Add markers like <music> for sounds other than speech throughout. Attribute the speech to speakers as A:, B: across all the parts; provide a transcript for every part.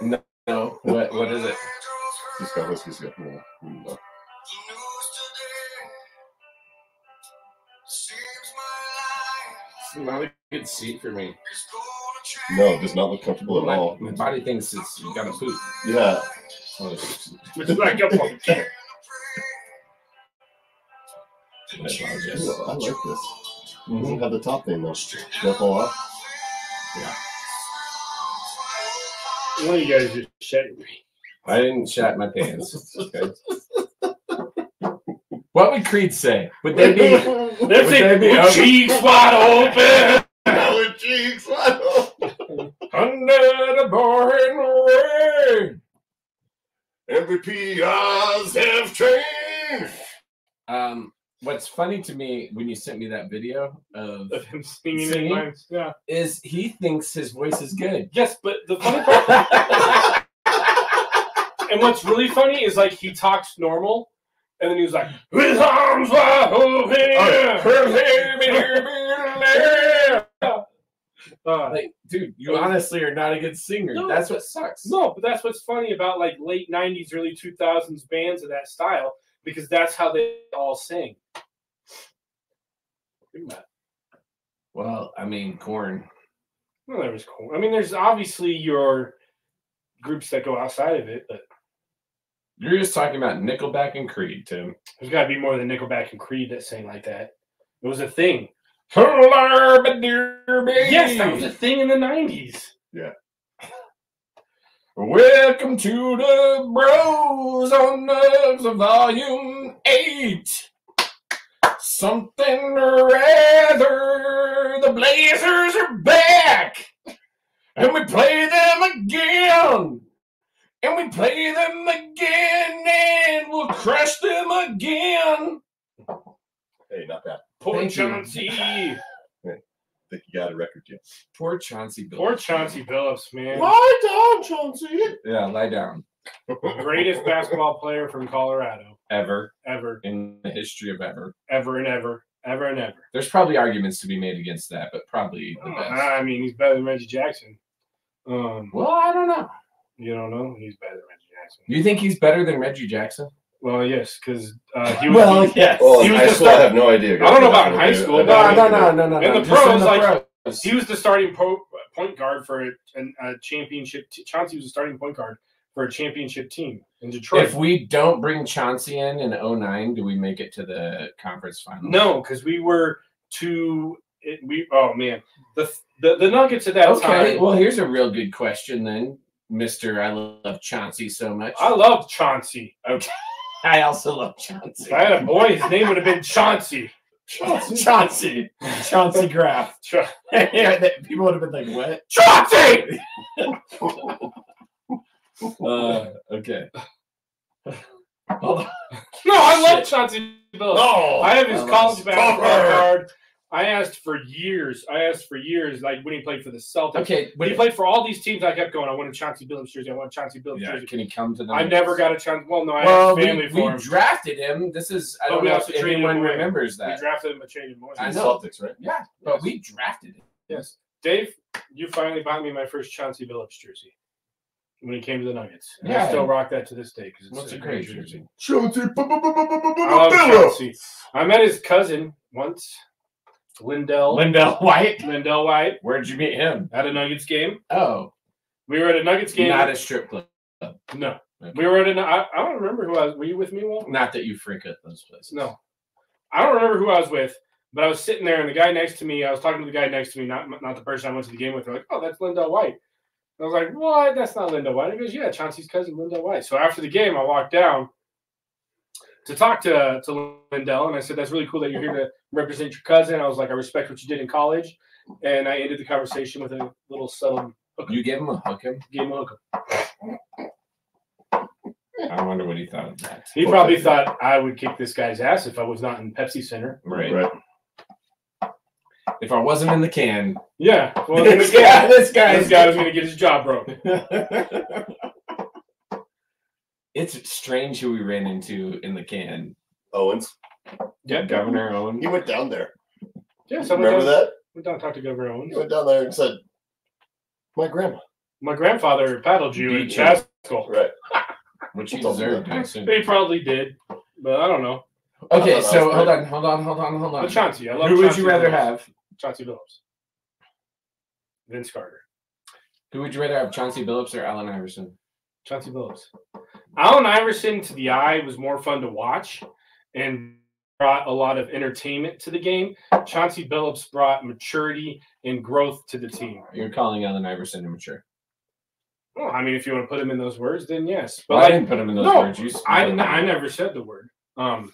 A: No, no. What what is it?
B: Cisco, let's just get more. Mm, no.
A: It's not a good seat for me.
B: No, it does not look comfortable at
A: My,
B: all.
A: my body thinks it's you gotta poop.
B: Yeah.
A: So,
C: Which is like up on the
A: I apologize.
B: Ooh, I like this. It doesn't have the top thing though. That fall off.
C: One of you guys just shut me.
A: <laughs> I didn't shat my pants. Okay. what would Creed say? Would they
B: <laughs>
A: be
C: That's
A: Would that
C: it.
A: be
C: Your
A: up?
C: cheeks wide open.
B: Our cheeks. <laughs> wow.
A: under the boring rain?
B: MVP Oz have trained.
A: Um, what's funny to me when you sent me that video of
C: Of him singing
A: Singing?
C: in lines. Yeah.
A: is he thinks his voice is good.
C: Yes, but the funny part, <laughs> and what's really funny is like he talks normal, and then he was like, "With arms wide open." Uh,
A: like, dude, you honestly are not a good singer.
C: No.
A: That's what sucks.
C: no, but that's what's funny about like late '90s, early 2000s bands of that style because that's how they all sing. Pretty much.
A: Well, I mean, corn.
C: Well, that was cool. I mean, there's obviously your groups that go outside of it, but
A: You're just talking about Nickelback and Creed, Tim.
C: there's got to be more than Nickelback and Creed that sang like that. It was a thing. Yes, that was a thing in the '90s.
A: Welcome to the Bros on Nugs of Volume 8. Something or other. The Blazers are back. And we play them again. And we play them again. And we'll crush them again.
B: Hey, not bad.
C: Poor
A: Thank you.
C: Chauncey.
B: I think you got a record, Jim.
A: Poor Chauncey Billups.
C: <laughs> Poor Chauncey Billups, man.
B: Lie down, Chauncey.
A: Yeah, lie down.
C: Greatest basketball player from Colorado
A: Ever
C: ever,
A: in the history of ever.
C: ever and ever, ever and ever.
A: There's probably arguments to be made against that, but probably the best.
C: Oh, I mean, he's better than Reggie Jackson. Um,
A: Well, I don't know.
C: you don't know he's better than Reggie Jackson.
A: You think he's better than Reggie Jackson?
C: Well, yes, because uh, he was.
A: yes.
B: Well,
C: He
B: Oh, in
C: was
B: high
C: the
B: school, I
C: star-
B: have no idea.
C: I don't know about in high school, but-
A: No, no, no, no, no.
C: In the
A: just
C: pros, like,
A: pros.
C: He was the starting po- point guard for a, an- a championship. T- Chauncey was the starting point guard for a championship team in Detroit.
A: if we don't bring Chauncey in in 09, do we make it to the conference final?
C: no, because we were too. It, we oh man, the the, the Nuggets at that
A: Okay.
C: time.
A: Well, here's a real good question then, Mister. I love Chauncey so much.
C: I loved Chauncey.
A: I also love
C: If
A: Chauncey.
C: I had a boy, his name would have been Chauncey.
A: Chauncey. Chauncey Graff.
C: Cha-
A: yeah, that- people would have been like, "What?"
C: Chauncey.
A: <laughs> Uh, okay. Hold on.
C: No, I love
A: Shit.
C: Chauncey Billups.
B: No,
C: I have his
A: I
C: college
A: love
C: basketball
B: Bummer.
C: card. I asked for years. I asked for years, like when he played for the Celtics.
A: Okay.
C: When he
A: Wait,
C: played for all these teams, I kept going. I want a Chauncey Billups jersey. I want a Chauncey Billups
A: yeah,
C: jersey.
A: can he come to the?
C: I
A: Knicks?
C: never got a Chauncey. Well, no, I
A: Well,
C: had
A: we,
C: family Oh,
A: we
C: for him.
A: drafted him. This is I
C: But
A: don't
C: we
A: know
C: also
A: if
C: traded
A: anyone
C: away.
A: remembers
C: we
A: that.
C: drafted him, but traded more.
A: I
B: I
A: know.
B: Celtics, right?
A: yeah, but we drafted him.
C: Yes, Dave, you finally bought me my first Chauncey Billups jersey when he came to the Nuggets. And I
A: Yeah.
C: still rock that to this day because it's
A: What's
C: such
A: a great jersey?
B: Chauncey.
C: I love
B: Billups.
C: Chauncey. I met his cousin once, Lindell. <laughs>
A: Lindell White.
C: Lindell White
A: Where'd you meet him?
C: at a Nuggets game.
A: Oh,
C: We were at a Nuggets game.
A: not a strip club.
C: no,
A: Okay.
C: we were at a. I, I don't remember who I was. Were you with me, Walt?
A: Not that you frequent those places.
C: No, I don't remember who I was with, but I was sitting there, and the guy next to me, I was talking to the guy next to me, not not the person I went to the game with. They're like, "Oh, that's Linda White." And I was like, "What? That's not Linda White." He goes, "Yeah, Chauncey's cousin, Linda White." So after the game, I walked down to talk to to Lindell, and I said, "That's really cool that you're here to represent your cousin." I was like, "I respect what you did in college," and I ended the conversation with a little subtle
A: You gave him a hook him.
C: game of hook.
A: I wonder what he thought of that.
C: He probably thought I would kick this guy's ass if I was not in Pepsi Center.
A: Right.
B: Right.
A: If I wasn't in the can,
C: Yeah,
A: <laughs>
C: well, this guy,
A: this guy,
C: this guy was going to get his job broke.
A: <laughs> it's strange who we ran into in the can.
B: Owens.
C: Yeah.
A: Governor Owen.
B: He went down there.
C: Yeah, so I went
B: Remember
C: down-
B: that?
C: Went down and talked to Governor Owens.
B: He went down there and said, "My grandma."
C: My grandfather paddled you in
A: Beat you.
C: Chaskell. <laughs>
D: Right.
A: which you deserved, Mason.
C: They probably did, but I don't know.
A: Okay,
C: uh,
D: I thought that
A: so
D: was
A: hold
D: great.
A: on, hold on, hold on, hold on.
C: But Chauncey, I love
A: Who would
C: Chauncey
A: you rather
C: Phillips.
A: have?
C: Chauncey Phillips. Vince Carter.
A: Who would you rather have, Chauncey Billups or Allen Iverson?
C: Chauncey Phillips. Allen Iverson to the eye was more fun to watch and brought a lot of entertainment to the game. Chauncey Phillips brought maturity and growth to the team.
A: You're calling Allen Iverson immature.
C: Well, I mean, if you want to put him in those words, then yes. But
A: Well, I
C: like,
A: didn't put him in those
C: no,
A: words. You
C: I, n- I never said the word. Um,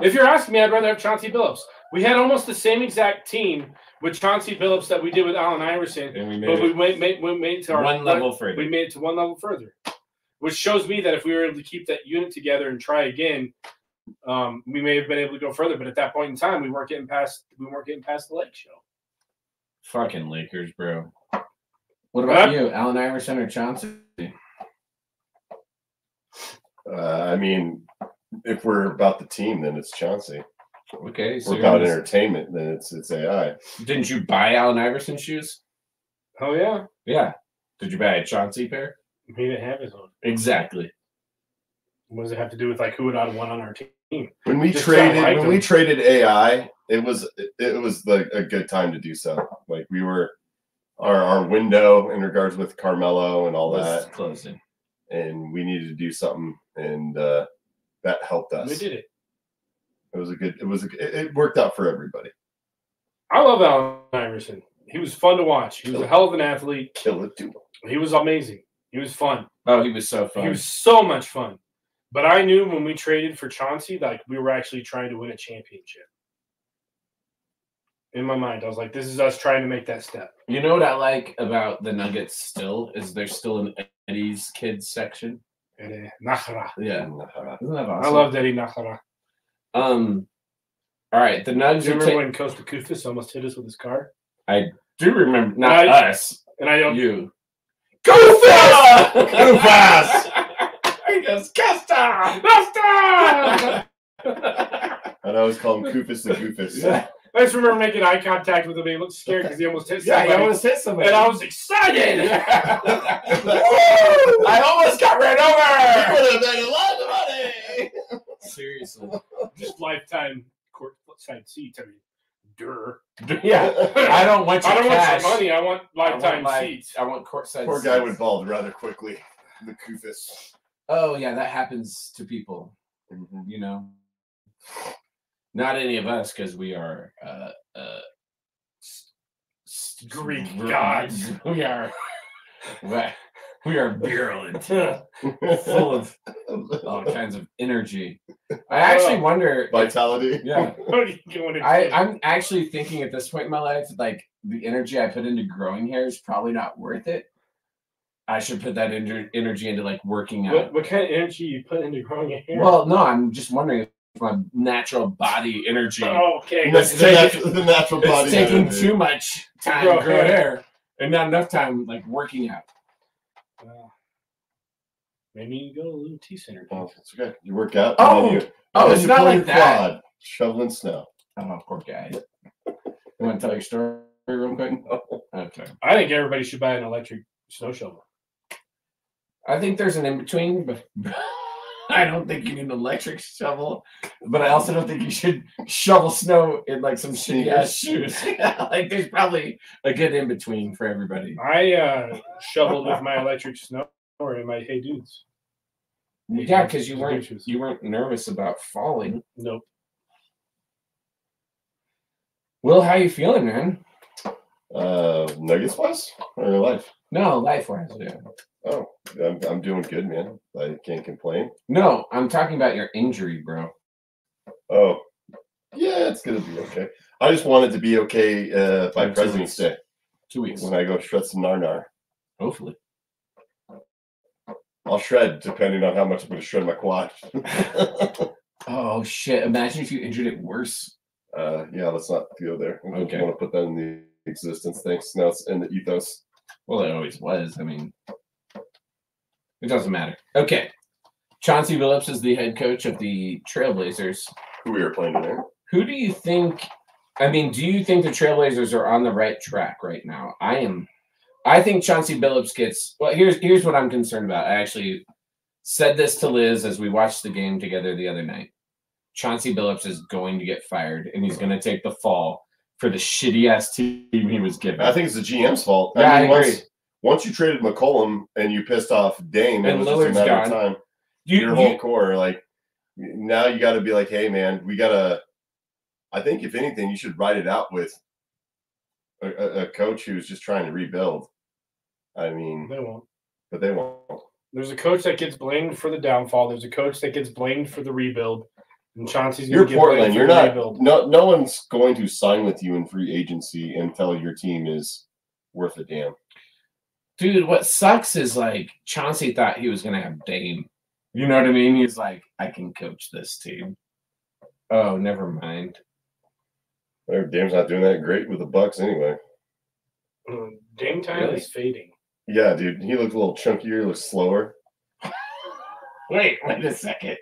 C: if you're asking me, I'd rather have Chauncey Phillips. We had almost the same exact team with Chauncey Phillips that we did with Allen Iverson,
A: And we
C: but
A: made
C: we
A: it
C: made, made, we made it to our
A: one level further.
C: We made it to one level further, which shows me that if we were able to keep that unit together and try again, um, we may have been able to go further. But at that point in time, we weren't getting past we weren't getting past the lake show.
A: Fucking Lakers, bro. What about you, Allen Iverson or Chauncey?
B: Uh, I mean, if we're about the team, then it's Chauncey.
A: Okay,
B: If
A: so
B: we're about
A: you're-
B: entertainment, then it's it's AI.
A: didn't you buy Allen Iverson shoes?
C: Oh yeah,
A: Yeah. Did you buy a Chauncey pair?
C: he didn't have his own.
A: Exactly.
C: What does it have to do with like who would have won on our team?
B: When we
C: Just
B: traded,
C: don't like
B: when
C: them.
B: we traded AI, it was it, it was like a good time to do so. Like we were our our window in regards with Carmelo and all
A: Was
B: that,
A: closing.
B: and we needed to do something, and uh, that helped us.
C: We did it.
B: It was a good. It was a, it, it worked out for everybody. <laughs>
C: I love Allen Iverson. He was fun to watch. He was a hell of an athlete.
B: Kill it, dude.
C: He was amazing. He was fun.
A: Oh, he was so
C: He
A: fun.
C: was so much fun. But I knew when we traded for Chauncey, like we were actually trying to win a championship. In my mind, I was like, this is us trying to make that step.
A: you know what I like about the Nuggets still is there's still an Eddie's kids section.
C: And uh, Nakhra.
A: Yeah.
B: uh,
A: Isn't that
C: I
A: awesome?
C: love Eddie Nakhra.
A: Um. All right, the Nugs
C: Do you
A: are.
C: remember
A: ta-
C: when Costa Kufis almost hit us with his car?
A: do remember not
C: Right.
A: us,
C: And I um, don't.
A: you. <laughs>
C: Kufis!
A: I guess Costa.
C: Costa!
A: <laughs>
B: And I always call him Koofus the
C: <laughs>
B: Goofus.
A: Yeah,
C: I just remember making eye contact with him. He looked scared because he almost hit
A: yeah,
C: somebody.
A: I almost hit somebody.
C: and
A: <laughs>
C: I was excited. <laughs>
A: I almost got ran over.
B: would have made a lot of money.
A: Seriously.
C: Just lifetime court side seats. I mean, dur.
A: Yeah, I don't want your
C: I don't
A: cash.
C: want your money. I want lifetime
A: I want, li-
C: seats.
A: I want courtside.
B: Poor guy
A: seats.
B: would bald rather quickly. The Koofus.
A: Oh yeah, that happens to people. You know, not any of us because we are uh, uh, s- s-
C: Greek <laughs>
A: gr- <laughs>
C: gods.
A: We are. we- We are virulent, <laughs> full of all kinds of energy. I actually wonder.
B: Vitality.
C: <laughs>
A: Yeah,
C: <laughs> What are you going to
A: I,
C: do?
A: I'm actually thinking at this point in my life, like the energy I put into growing hair is probably not worth it. I should put that ener- energy into like working out.
C: what, what kind of energy you put into growing your hair?
A: Well, no, I'm just wondering if my natural body energy
C: oh, okay.
A: Let's
B: The
A: take
B: nat-
A: it-
B: the natural body.
A: is taking
B: energy.
A: too much time
C: Grow
A: to grow hair.
C: hair.
A: and not enough time like working out.
C: Well, maybe you can go to the T Center.
B: Oh, it's okay. You work out.
A: Oh,
B: and then you,
A: Oh,
B: and then
A: it's
B: you
A: not
B: pull
A: like
B: your
A: that.
B: quad, shoveling snow.
A: Oh, poor guy. You want to tell your story real quick? Okay.
C: I think everybody should buy an electric snow shovel.
A: I think there's an in between, but <laughs> I don't think you need an electric shovel. But I also don't think you should shovel snow in like some shitty ass shoes. <laughs> like there's probably a good in between for everybody.
C: I uh, shoveled with my electric snow or in my Hey Dudes.
A: Yeah, because you weren't
C: Shoes.
A: you weren't nervous about falling.
C: Nope.
A: Will, how you feeling, man?
B: Uh, nuggets wise or your life?
A: No, life wise, yeah.
B: Oh, I'm, I'm doing good, man. I can't complain.
A: No, I'm talking about your injury, bro.
B: Oh, yeah, it's gonna be okay. I just wanted to be okay uh, by
A: In two
B: President's
A: weeks.
B: Day
A: Two weeks,
B: when I go shred some narnar.
A: hopefully.
B: I'll shred depending on how much I'm gonna shred my quad. <laughs>
A: Oh shit! Imagine if you injured it worse.
B: uh, yeah, let's not go there. I
A: Okay.
B: don't want to put that in the existence. Thanks. Now it's in the ethos.
A: Well, it always was. I mean, it doesn't matter. Okay. Chauncey Billups is the head coach of the Trailblazers.
B: Who we were playing today?
A: Who do you think? I mean, do you think the Trailblazers are on the right track right now? I am I think Chauncey Billups gets. Well, here's here's what I'm concerned about. I actually said this to Liz as we watched the game together the other night. Chauncey Billups is going to get fired, and he's going to take the fall for the shitty ass team he was given.
B: I think it's the GM's fault.
A: Yeah, I
B: once,
A: agree.
B: once you traded McCollum and you pissed off Dame, it
A: And
B: was just a
A: Lillard's
B: matter of
A: gone.
B: time.
A: You-
B: your
A: you-
B: whole core. Like now you got to be like, hey man, we gotta. I think if anything, you should ride it out with a, a, a coach who's just trying to rebuild. I mean,
C: They won't.
B: but they won't.
C: There's a coach that gets blamed for the downfall. There's a coach that gets blamed for the rebuild. And Chauncey's
B: You're
C: going to
B: Portland.
C: get blamed for
B: You're
C: the
B: not.
C: rebuild.
B: No, no one's going to sign with you in free agency until your team is worth a damn.
A: dude, what sucks is like Chauncey thought he was gonna have Dame. You know what I mean? He's like, I can coach this team. Oh, never mind.
B: Their Dame's not doing that great with the Bucks anyway.
C: Mm, Dame time
A: Really?
C: is fading.
B: Yeah, dude, he looked a little chunkier, looked slower.
A: Wait, wait a second.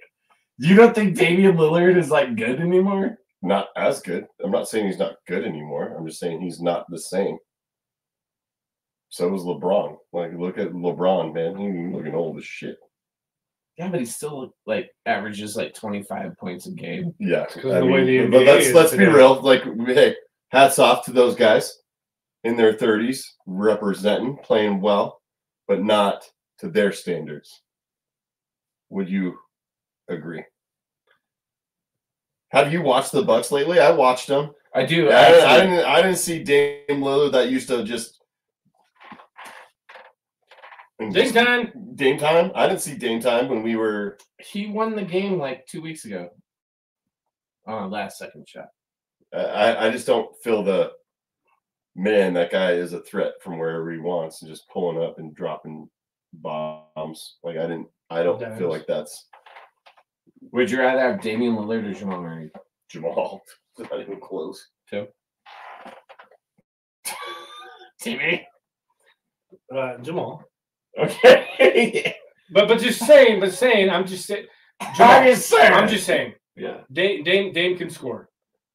A: You don't think Damian Lillard is like good anymore?
B: Not as good. I'm not saying he's not good anymore. I'm just saying he's not the same. So was LeBron. Like, look at LeBron, man. He's looking old as shit.
A: Yeah, but he still like averages like 25 points a game.
B: Yeah,
C: 'cause of the way the
B: but
C: NBA
B: let's
C: is
B: let's be
C: today.
B: real. Like, hey, hats off to those guys in their 30s, representing, playing well, but not to their standards. Would you agree? Have you watched the Bucks lately? I watched them.
A: I do.
B: Yeah, I, didn't- I
A: actually-
B: didn't. I didn't see Dame Lillard that used to just.
C: Dame time.
B: Dame time. I didn't see Dame time when we were.
A: he won the game like two weeks ago on a last second shot.
B: I- I, I just don't feel the. Man, that guy is a threat from wherever he wants, and just pulling up and dropping bombs. Like I didn't. I don't feel
C: Dimes.
B: like that's
A: Would you rather have Damian Lillard or Jamal Murray? <laughs>
B: Jamal. <laughs> It's not even close.
A: Timmy.
C: Uh, Jamal.
A: Okay.
B: <laughs>
C: But but just saying, but saying, I'm just saying.
A: I'm
C: Jamal,
A: just saying.
C: I'm just saying.
A: yeah.
C: Dame, Dame Dame can score.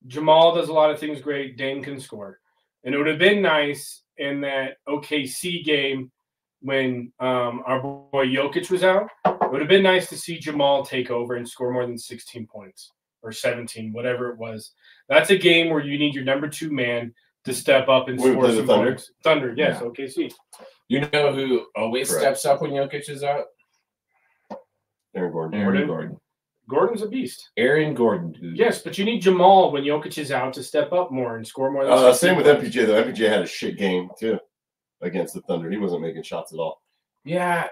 C: Jamal does a lot of things great. Dame can score, and it would have been nice in that OKC game when um, our boy Jokic was out. It would have been nice to see Jamal take over and score more than 16 points or 17, whatever it was. That's a game where you need your number two man to step up and
B: We
C: score
B: play the
C: some
B: Thunder?
C: points. Thunder, yes, OKC.
A: You know who always
B: Correct.
A: steps up when Jokic is out?
B: Aaron Gordon.
C: Gordon?
A: Gordon.
C: Gordon's a beast.
A: Aaron Gordon. Dude.
C: Yes, but you need Jamal when Jokic is out to step up more and score more. Than
B: Uh,
C: 16
B: same with
C: points.
B: MPJ though. MPJ had a shit game too against the Thunder. He wasn't making shots at all.
A: Yeah.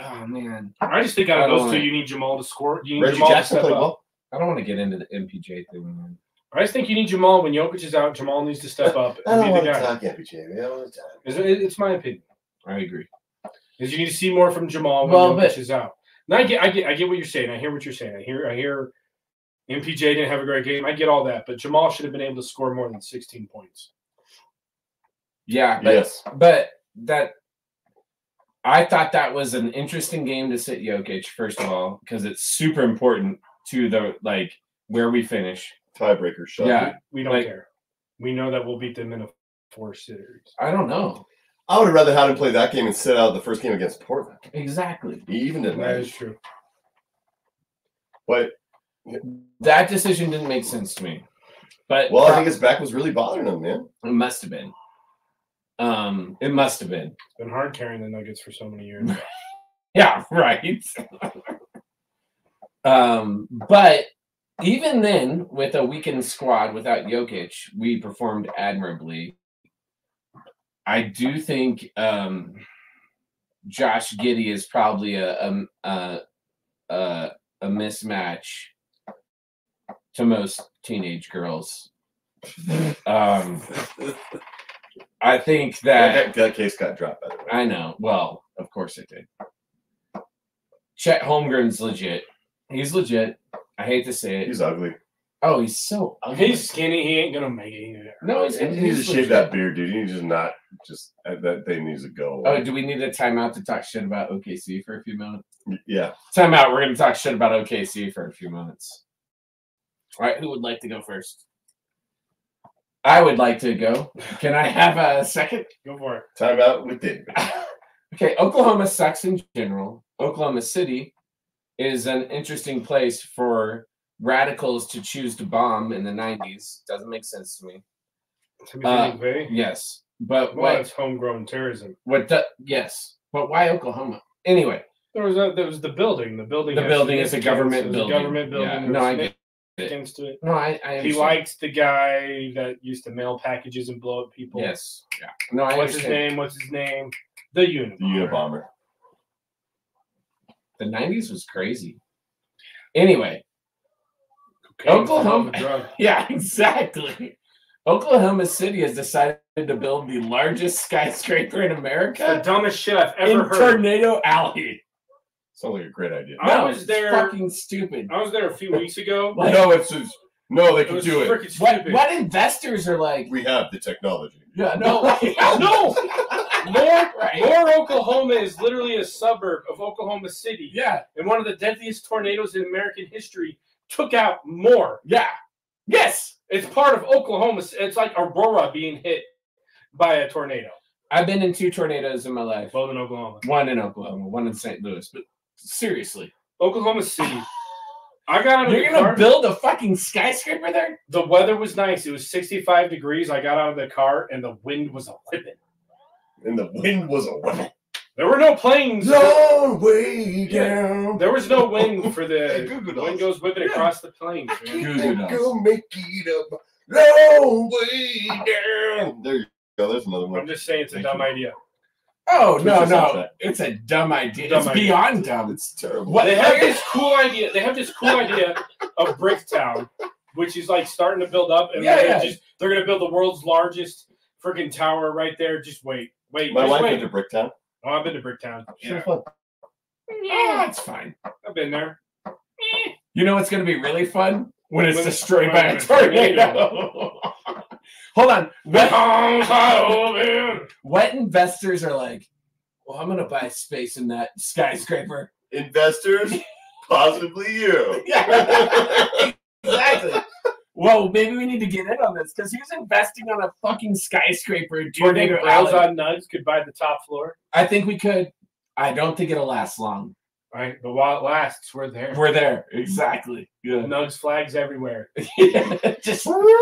A: Oh man,
C: I just think out
A: I
C: of
A: don't
C: those two,
A: know.
C: you need Jamal to score. You need
B: Reggie
C: Jamal
B: Jackson
C: to step
B: played
C: up.
B: well.
A: I don't want to get into the MPJ thing. Man.
C: I just think you need Jamal when Jokic is out. Jamal needs
B: <laughs>
C: to step up and
B: Oh,
C: be the guy.
B: MPJ. man. I don't wanna talk.
C: It's, it's my opinion.
A: I agree.
C: Is you need to see more from Jamal when
A: Well,
C: Jokic
A: but-
C: is out. And I get, I get, I get what you're saying. I hear what you're saying. I hear, I hear. MPJ didn't have a great game. I get all that, but Jamal should have been able to score more than 16 points.
A: Yeah, but,
B: Yes.
A: but that I thought that was an interesting game to sit Jokic first of all because it's super important to the like where we finish.
B: tiebreaker shot.
A: Yeah.
C: We don't
A: Like-
C: care. We know that we'll beat them in a four series.
A: I don't know
B: I would have rather had him play that game and sit out the first game against Portland.
A: exactly.
B: He even didn't
C: That is
B: manage.
C: true.
B: But
A: That decision didn't make sense to me. But
B: well, I think his back was really bothering him, man.
A: it must have been. Um, it must have been.
C: It's been hard carrying the Nuggets for so many years.
A: <laughs> Yeah, right. um, but even then, with a weakened squad without Jokic, we performed admirably. I do think um, Josh Giddy is probably a a, a a a mismatch to most teenage girls. Um, I think that
B: That, that case got dropped, by the way.
A: I know. Well, of course it did. Chet Holmgren's legit. He's legit. I hate to say it.
B: He's ugly.
A: oh, he's so ugly.
C: He's skinny. He ain't gonna make it either.
A: no, he's,
B: He
A: he's,
B: needs to shave
A: legit.
B: that beard, dude. He needs to not just uh, that thing needs to go.
A: Oh,
B: Away.
A: do we need a timeout to talk shit about OKC for a few minutes?
B: yeah.
A: Timeout. We're gonna talk shit about OKC for a few minutes. All right. Who would like to go first? I would like to go. Can I have a second?
C: Go for it.
B: Time out with David.
A: okay, Oklahoma sucks in general. Oklahoma City is an interesting place for radicals to choose to bomb in the 90s. Doesn't make sense to me.
C: To me,
A: Uh,
C: baby.
A: Yes. But
C: Well,
A: what
C: it's homegrown terrorism.
A: what the, yes. But why Oklahoma? Anyway,
C: There was a, there was the building. The building.
A: the
C: has
A: building is a
C: significance.
A: government
C: It was
A: building.
C: A government building.
A: Yeah,
C: There
A: No,
C: was
A: I get
C: significance to it.
A: no, I, I
C: He
A: understand.
C: liked the guy that used to mail packages and blow up people.
A: Yes. Yeah. No, I
C: What's his
A: understand.
C: name? What's his name? The Unabomber.
B: The Unabomber.
A: The 90s was crazy. Anyway,
C: Cocaine's
A: Oklahoma-
C: a drug. <laughs>
A: Yeah, exactly. Oklahoma City has decided to build the largest skyscraper in
C: The
A: America
C: dumbest shit I've
A: in
C: ever heard.
A: Tornado Alley.
B: Sounds like a great idea.
C: I
A: No,
C: was
A: it's
C: there-
A: Fucking stupid.
C: I was there a few
B: <laughs>
C: weeks ago.
A: Like-
B: no, it's just, no, they
C: It
B: can
C: was
B: do it.
C: freaking
A: What?
C: stupid.
A: What investors are like?
B: We have the technology.
A: Yeah, <laughs> no,
C: <laughs> No,
A: more, right?
C: Moore, Oklahoma is literally a suburb of Oklahoma City.
A: Yeah,
C: and one of the deadliest tornadoes in American history took out more.
A: yeah, yes.
C: It's part of Oklahoma. It's like Aurora being hit by a tornado.
A: I've been in two tornadoes in my life.
C: Both in Oklahoma.
A: One in Oklahoma, one in St. Louis. But seriously,
C: Oklahoma City. I got out of
A: you're
C: the
A: gonna
C: car.
A: build a fucking skyscraper there?
C: the weather was nice. It was 65 degrees. I got out of the car and the wind was a whipping.
B: And the wind was a weapon.
C: There were no planes.
B: Long way
C: Yeah.
B: down.
C: There was no wind for
B: Hey, <laughs>
C: the
B: Google Docs.
C: wind goes whipping
B: Yeah.
C: across the plains. Man.
B: You
A: Google
B: can
A: Docs.
B: go make it up. Long way down. There you go. There's another
C: I'm
B: one.
C: just saying it's a
B: Thank
C: dumb
B: you.
C: idea.
A: Oh
B: Switch
A: no,
B: the
A: no,
B: subject.
A: it's a dumb idea.
C: Dumb
A: it's
C: idea.
A: beyond dumb.
B: It's terrible.
A: What?
C: they have this cool idea. They have this cool idea of Bricktown, which is like starting to build up, and
A: Yeah,
C: they're,
A: yeah.
C: Just, they're gonna build the world's largest freaking tower right there. Just wait, wait,
B: My
C: just
B: wife
C: wait.
B: went to Bricktown.
C: oh, I've been to Bricktown.
A: Yeah.
C: Yeah,
A: Ah, it's fine.
C: I've been there.
A: You know what's going to be really fun when it's
C: When-
A: destroyed
C: when
A: by a
C: it's destroyed.
A: tornado. <laughs> Hold on. <laughs> What,
C: That's
A: what investors are like? Well, I'm going to buy space in that <laughs> skyscraper.
B: Investors,
C: <laughs>
B: possibly you.
A: exactly. Well, maybe we need to get in on this because who's investing on a fucking skyscraper? in Tornado Alley?
C: on nugs could buy the top floor.
A: I think we could. I don't think it'll last long.
C: All right, but while it lasts, we're there.
A: We're there. Exactly. Yeah.
C: Nugs flags everywhere.
A: <laughs> Just.
B: What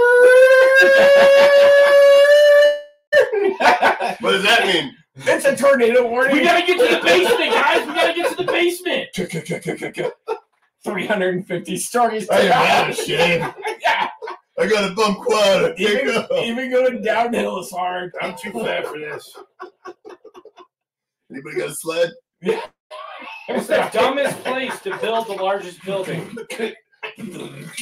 B: does that mean?
A: It's a tornado warning.
C: We gotta get to the basement, guys. We gotta get to the basement.
A: 350 stories.
B: I am out of
C: <laughs>
B: shape.
A: yeah.
B: I got a bump quad. I pick
A: Even,
B: up.
A: even going downhill is hard.
C: I'm too fat for this.
B: Anybody got a sled?
C: <laughs> It's the dumbest place to build the largest building. There's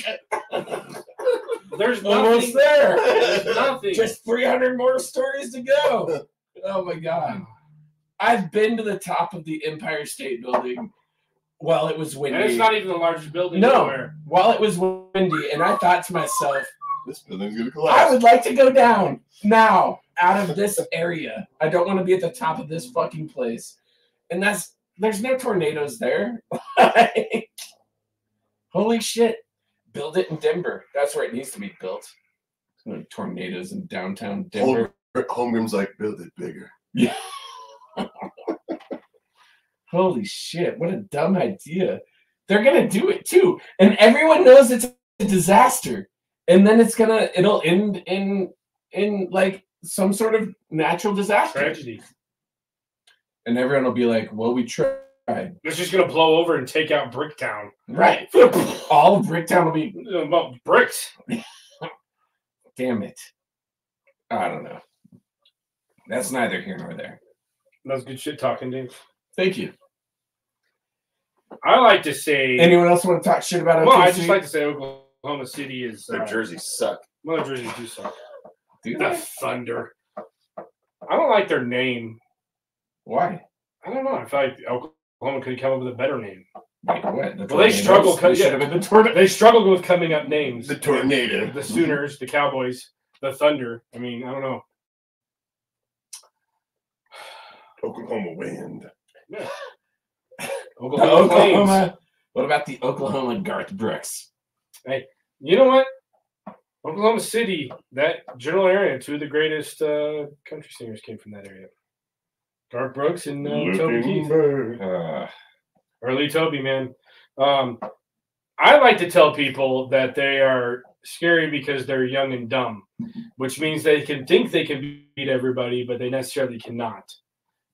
C: nothing.
A: Almost there.
C: There's nothing.
A: Just 300 more stories to go. Oh my God. I've been to the top of the Empire State Building while it was
C: and
A: windy.
C: it's not even the largest building
A: No.
C: anywhere.
A: while it was windy, and I thought to myself,
B: This building's gonna
A: I
B: collapse.
A: would like to go down now out of this area. I don't want to be at the top of this fucking place. And that's there's no tornadoes there. <laughs> Like, holy shit. Build it in Denver. That's where it needs to be built. No tornadoes in downtown Denver.
B: Holmgren- Holmgren's like, build it bigger.
A: Yeah. Holy shit, what a dumb idea. They're gonna do it too. And everyone knows it's a disaster. And then it's gonna it'll end in in like some sort of natural disaster.
C: Tragedy.
A: And everyone will be like, Well, we tried.
C: It's just gonna blow over and take out Bricktown.
A: Right. All of Bricktown will be
C: About bricks.
A: damn it. I don't know. That's neither here nor there.
C: That was good shit talking, Dave.
A: Thank you.
C: I like to say.
A: Anyone else want to talk shit about OKC?
C: well, I just like to say Oklahoma City is.
B: Their
C: Uh,
B: jerseys suck.
C: well, their jerseys do suck.
A: Do
C: The
A: that.
C: Thunder. I don't like their name.
A: Why?
C: I don't know. I feel like Oklahoma could come up with a better name.
A: Like what? The
C: Well, they struggle
A: Tornadoes? They
C: yeah.
A: should have been the tornado.
C: They struggled with coming up names.
B: The tornado.
C: the Sooners, the Cowboys, the Thunder. I mean, I don't know.
B: Oklahoma wind.
A: The
C: Oklahoma. Flames.
A: Oklahoma. What about the Oklahoma Garth Brooks?
C: You know what? Oklahoma City, that general area, two of the greatest uh, country singers came from that area. Garth Brooks and uh, Toby
B: Looking
C: Keith.
B: bird. Ah,
C: Early Toby, man. Um, I like to tell people that they are scary because they're young and dumb, which means they can think they can beat everybody, but they necessarily cannot.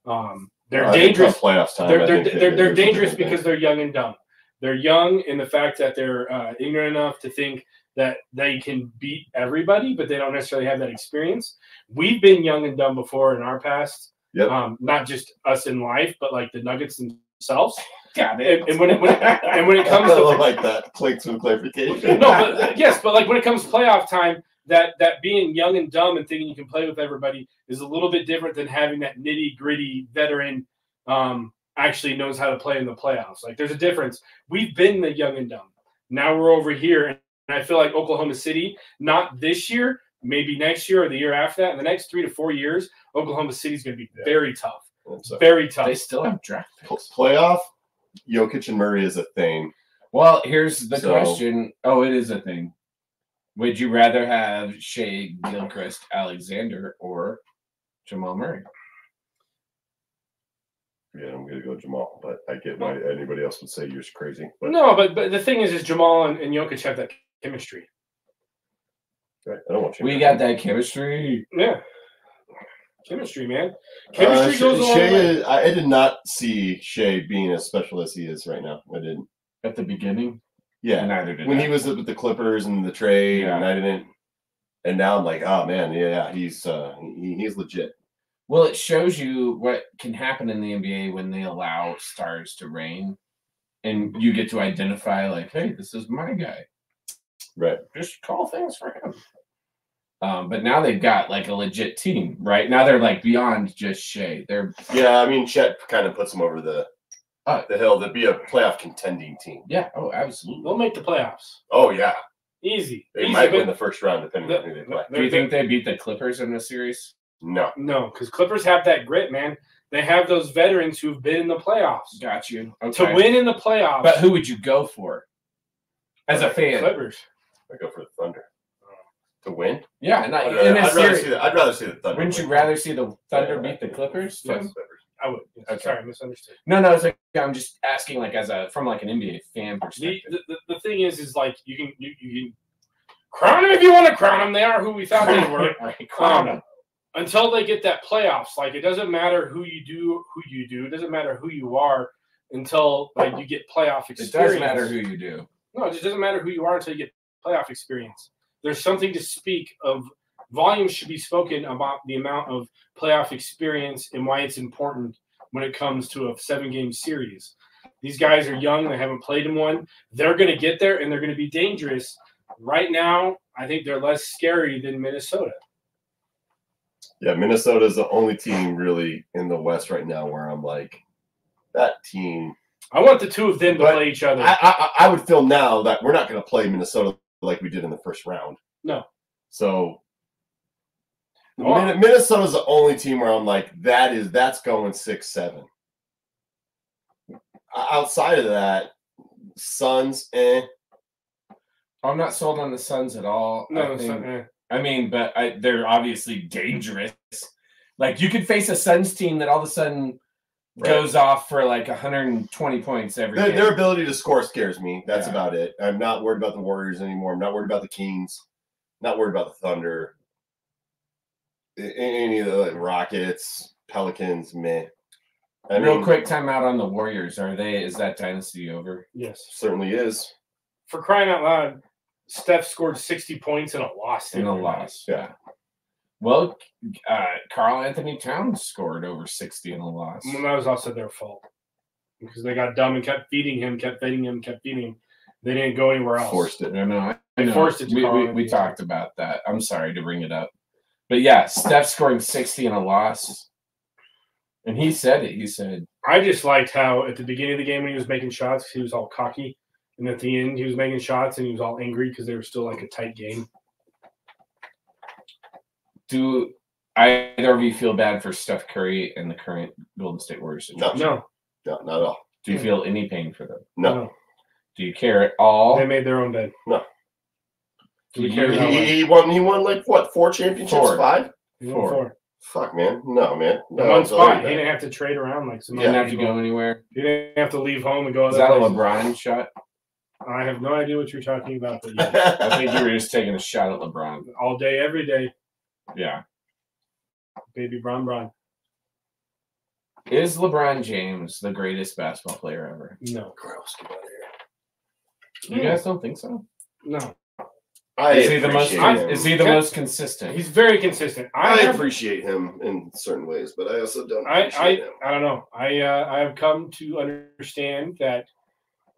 C: Um, they're
B: Oh, I think
C: dangerous
B: come Playoff time.
C: they're
B: I
C: they're,
B: think they-
C: they're,
B: <laughs>
C: they're
B: there's a
C: dangerous
B: different
C: because
B: thing.
C: they're young and dumb. They're young in the fact that they're uh, ignorant enough to think that they can beat everybody, but they don't necessarily have that experience. We've been young and dumb before in our past,
B: Yep.
C: um, not just us in life, but like the Nuggets themselves.
A: God,
C: And, and when it,
A: <laughs>
C: when it, and when it comes
B: I
C: to
B: <laughs> love like that. Click through
C: no, <laughs>
B: clarification.
C: but, yes, but like when it comes to playoff time, that that being young and dumb and thinking you can play with everybody is a little bit different than having that nitty gritty veteran um, actually knows how to play in the playoffs. Like there's a difference. We've been the young and dumb. Now we're over here, and I feel like Oklahoma City, not this year, maybe next year or the year after that, in the next three to four years, Oklahoma City's going to be very tough,
B: It's a-
C: very tough.
A: they still have draft
B: Pl-
A: picks.
B: Playoff, Jokic and Murray is a thing.
A: Well, here's the
B: So-
A: question. Oh, it is a thing. Would you rather have Shea Gilchrist Alexander or Jamal Murray?
B: Yeah, I'm gonna go Jamal, but I get why anybody else would say you're crazy. But
C: no, but but the thing is, is Jamal and, and Jokic have that chemistry.
B: I don't want you.
A: We got that chemistry.
C: Yeah. Chemistry, man.
B: Uh,
C: Chemistry
B: Shea-
C: goes a long
B: Shea
C: way.
B: is- I I did not see Shea being as special as he is right now. I didn't.
A: At the beginning,
B: Yeah,
A: neither did
B: when
A: I.
B: he was with the Clippers and the trade,
A: Yeah.
B: and I didn't. And now I'm like, oh man, yeah, he's uh, he, he's legit.
A: Well, it shows you what can happen in the NBA when they allow stars to reign, and you get to identify like, hey, this is my guy.
B: Right.
A: Just call things for him. Um, but now they've got like a legit team, right? Now they're like beyond just Shea. They're
B: Yeah, I mean, Chet kind of puts him over the
A: Uh,
B: the hill to be a playoff contending team.
A: yeah, oh, absolutely.
C: They'll make the playoffs.
B: Oh yeah,
C: Easy.
B: they
C: Easy,
B: might
C: but
B: win the first round depending on who they
C: the-
B: play.
A: Do you think they beat the Clippers in the series?
B: No,
C: No, because Clippers have that grit, man. They have those veterans who've been in the playoffs.
A: Got you. Okay.
C: To win in the playoffs,
A: but who would you go for as a fan?
C: Clippers.
B: I go for the Thunder to win.
A: Yeah, and I,
B: I'd
A: Uh, in
B: rather,
A: a
B: I'd rather
A: series,
B: see the, I'd rather see the Thunder.
A: wouldn't you
B: win.
A: rather see the Thunder
B: Yeah,
A: beat the
B: yeah.
A: Clippers?
B: Fuck
A: than-
B: Clippers.
C: I would. Yes,
A: Okay.
C: Sorry, I misunderstood.
A: No, no, it's like I'm just asking, like as a from like an NBA fan
C: The,
A: perspective.
C: the, the, the thing is, is like you can you, you can crown them if you want to crown them. They are who we
A: <laughs>
C: thought they were.
A: Like,
C: Um,
A: um,
C: until they get that playoffs. Like it doesn't matter who you do, who you do. It doesn't matter who you are until like you get playoff experience.
A: it does matter who you do.
C: No, it just doesn't matter who you are until you get playoff experience. There's something to speak of. Volume should be spoken about the amount of playoff experience and why it's important when it comes to a seven game series. These guys are young, they haven't played in one. They're going to get there and they're going to be dangerous. Right now, I think they're less scary than Minnesota.
B: Yeah, Minnesota is the only team really in the West right now where I'm like, that team.
C: I want the two of them to
B: But
C: play each other.
B: I, I I would feel now that we're not going to play Minnesota like we did in the first round.
C: No.
B: So
C: Oh.
B: Min- Minnesota's the only team where I'm like, that is that's going six seven. O- Outside of that, Suns, eh.
A: I'm not sold on the Suns at all.
C: no,
A: I,
C: it's
A: think-
C: not- eh.
A: I mean, but I, they're obviously dangerous. Like you could face a Suns team that all of a sudden
B: Right.
A: goes off for like 120 points every
B: Their,
A: game.
B: their ability to score scares me. That's
A: Yeah.
B: about it. I'm not worried about the Warriors anymore. I'm not worried about the Kings. Not worried about the Thunder. A- a- Any of the like, Rockets, Pelicans, meh. I
A: Real
B: mean,
A: quick timeout on the Warriors. Are they? Is that dynasty over?
C: yes.
B: certainly is.
C: For crying out loud, Steph scored 60 points and a loss.
A: In a loss.
B: Yeah.
A: Well, uh, Carl Anthony Towns scored over 60 in a loss.
C: Well, that was also their fault because they got dumb and kept feeding him, kept feeding him, kept feeding him. They didn't go anywhere else.
B: Forced it.
A: No, no, I, I
C: They
A: know.
C: forced it to
A: we,
C: Carl
A: we, we
C: Anthony.
A: talked about that. I'm sorry to bring it up. But yeah, Steph scoring 60 in a loss. And he said it. He said,
C: I just liked how at the beginning of the game when he was making shots, he was all cocky, and at the end he was making shots and he was all angry because they were still like a tight game.
A: Do either of you feel bad for Steph Curry and the current Golden State Warriors?
B: No.
C: No,
B: No, not at all.
A: Do you feel any pain for them?
B: No.
A: Do you care at all?
C: they made their own bed. Do we
A: You-
C: care? about
B: He,
C: one?
B: he won. He won like what? Four championships?
A: Four.
B: Five?
C: He won
A: Four.
C: four.
B: Fuck, man. No, man.
C: The
B: No,
C: one
B: it's all
C: spot. He
B: like
C: didn't have to trade around like some.
A: You
C: other
A: didn't have to
C: people.
A: go anywhere.
C: He didn't have to leave home and go.
A: Is
C: Other
A: that a
C: places.
A: LeBron shot?
C: I have no idea what you're talking about. But yeah.
B: that. <laughs>
A: I think you were just taking a shot at LeBron.
C: all day, every day,
A: Yeah.
C: baby Bron Bron.
A: Is LeBron James the greatest basketball player ever?
C: No,
B: Gross. Get out of here.
A: You guys don't think so?
C: no.
B: Hmm. I
A: is he the most?
B: appreciate
C: I-
B: him.
A: Is he the
C: Okay.
A: most consistent?
C: He's very consistent. I
B: I
C: have
B: appreciate him in certain ways, but I also don't
C: I,
B: appreciate
C: I
B: him.
C: I don't know. I uh, I have come to understand that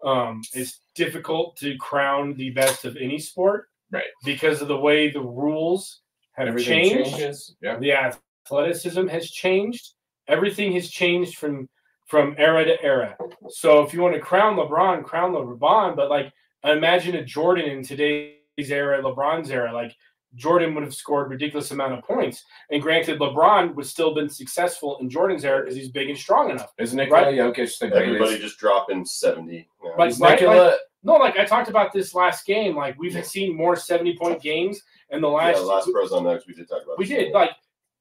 C: um, it's difficult to crown the best of any sport,
A: Right.
C: Because of the way the rules have
A: Everything
C: changed.
A: changes. Yeah.
C: The athleticism has changed. Everything has changed from from era to era. So if you want to crown LeBron, crown LeBron. But like, imagine a Jordan in today's era, LeBron's era. Like Jordan would have scored ridiculous amount of points. And granted, LeBron would still been successful in Jordan's era because he's big and strong enough.
A: Is Nikola
C: Right.
A: Jokic the
B: Everybody
A: greatest?
B: just dropping seventy. now.
C: But-
A: Is
C: Right,
A: Nikola
C: No, like I talked about this last game. Like we've seen more seventy point games in the
B: yeah,
C: last.
B: last pros on those we did talk about.
C: We
B: this.
C: did. Like,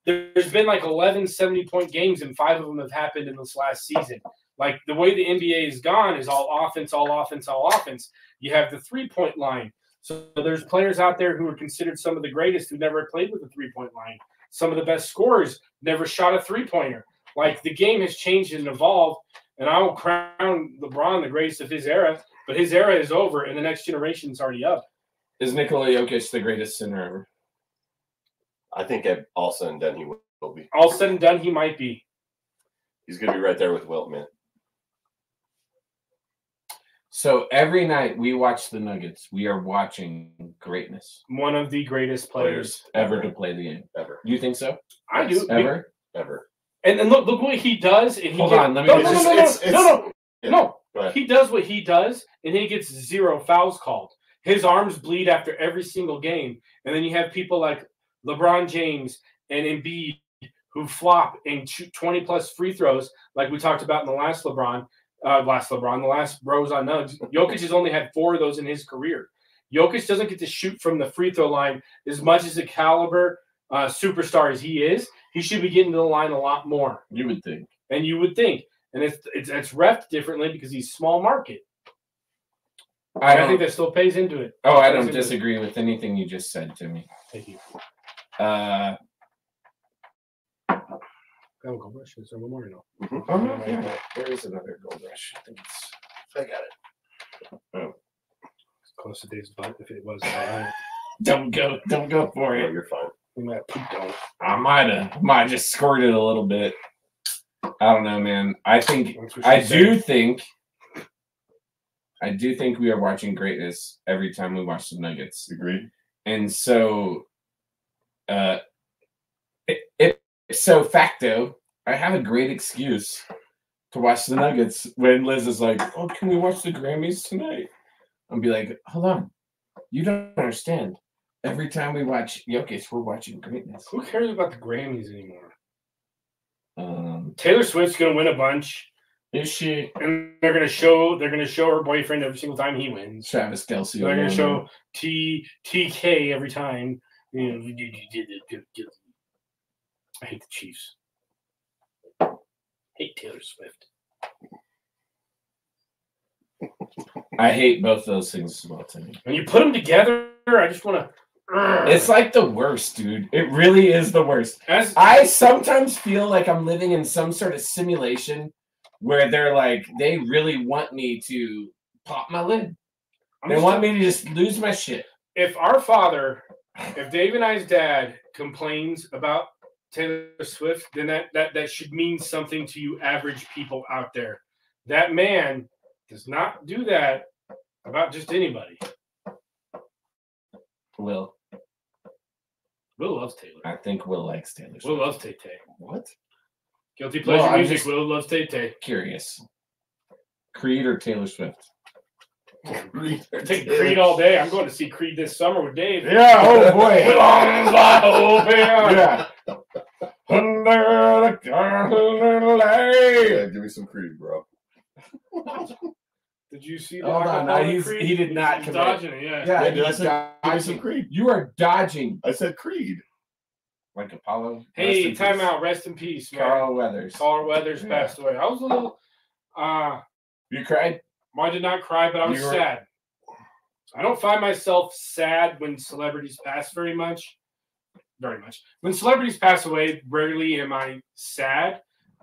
C: there's been like 11 70 point games, and five of them have happened in this last season. Like, the way the NBA is gone is all offense, all offense, all offense. You have the three point line. So there's players out there who are considered some of the greatest who never played with the three point line. Some of the best scorers never shot a three pointer. Like, the game has changed and evolved. And I will crown LeBron the greatest of his era, but his era is over, and the next generation's already up.
A: is Nikola Jokic the greatest center ever?
B: I think at all said and done, he will be.
C: All said and done, he might be.
B: He's gonna be right there with Wilt, man.
A: So every night we watch the Nuggets. We are watching greatness
C: one of the greatest players.
A: ever to play the game.
B: Ever,
A: You think so?
C: I do.
A: Ever?
B: ever.
C: And, and look, look what he does. And he
A: Hold
C: gets,
A: on, let me
C: no,
A: get
C: no, no,
A: this-
C: no, no,
B: it's- it's-
C: no,
B: yeah.
C: no,
B: Go
C: no.
B: ahead.
C: He does what he does, and he gets zero fouls called. His arms bleed after every single game, and then you have people like LeBron James and Embiid who flop and shoot twenty plus free throws, like we talked about in the last LeBron, uh, last LeBron, the last Bros on Nugs. Jokic has only had four of those in his career. Jokic doesn't get to shoot from the free throw line as much as the caliber uh, superstar as he is. He should be getting to the line a lot more
A: You would think.
C: and you would think. And it's it's it's ref differently because he's small market.
A: I
C: And I think
A: don't.
C: that still pays into it.
A: Oh, I don't
C: Doesn't-
A: disagree with anything you just said to me.
C: Thank you.
A: Uh,
C: That will go much. It's a memorial.
A: oh no, yeah, there is another gold rush. I think it's.
B: I got it.
C: It's Close to Dave's butt if it was. I
A: Don't go. Don't go for
B: No,
A: it.
B: you're fine.
C: we might have pooped on it.
A: I might have. Might just squirted a little bit. I don't know, man. I think
C: That's what she
A: I
C: said.
A: do think I do think we are watching greatness every time we watch the Nuggets.
B: Agreed.
A: And so uh it, it so facto, I have a great excuse to watch the Nuggets when Liz is like, Oh, can we watch the Grammys tonight? I'll be like, Hold on, you don't understand. Every time we watch Jokic, we're watching greatness.
C: Who cares about the Grammys anymore?
A: Um
C: Taylor Swift's gonna win a bunch,
A: is she
C: and they're gonna show they're gonna show her boyfriend every single time he wins.
A: Travis Kelsey?
C: They're gonna
A: alone?
C: show T TK every time. You know, you- you- you- you- you- I hate the Chiefs. Hate Taylor Swift.
A: I hate both those things as well, Timmy.
C: When you put them together, I just want to.
A: It's like the worst, dude. It really is the worst.
C: as
A: I sometimes feel like I'm living in some sort of simulation where they're like, they really want me to pop my lid.
C: I'm
A: They
C: just-
A: want me to just lose my shit.
C: If our father, if Dave and I's dad complains about Taylor Swift, then that that that should mean something to you, average people out there. That man does not do that about just anybody.
A: Will.
C: Will loves Taylor.
A: I think Will likes Taylor.
C: Will
A: Swift.
C: loves Tay Tay.
B: What?
C: Guilty
A: Well,
C: pleasure
A: I'm
C: music.
A: just-
C: Will loves Tay Tay.
A: Curious. Creed or Taylor Swift?
C: They're taking Creed all day. I'm going to see Creed this summer with Dave.
A: Yeah, <laughs>
B: oh, boy.
C: With arms wide open.
A: yeah. Under the
B: Yeah, give me some creed, bro.
C: Did you see?
A: Hold on,
C: Acapella
A: no, he's-
C: Creed?
A: he did not
C: He's
A: commit.
C: dodging it. Yeah.
A: Yeah,
B: Yeah, dude, I
A: you
B: said- Give me some
A: dodging.
B: Creed.
A: You are dodging
B: I said Creed.
A: like Apollo.
C: Hey,
A: Rest in peace.
C: timeout. Rest in peace, man. Carl,
A: Carl Weathers.
C: Weathers
A: Yeah.
C: passed away. I was a little. Uh,
A: You cried?
C: I did not cry, but I was
A: You were-
C: sad. I don't find myself sad when celebrities pass very much. Very much. When celebrities pass away, rarely am I sad.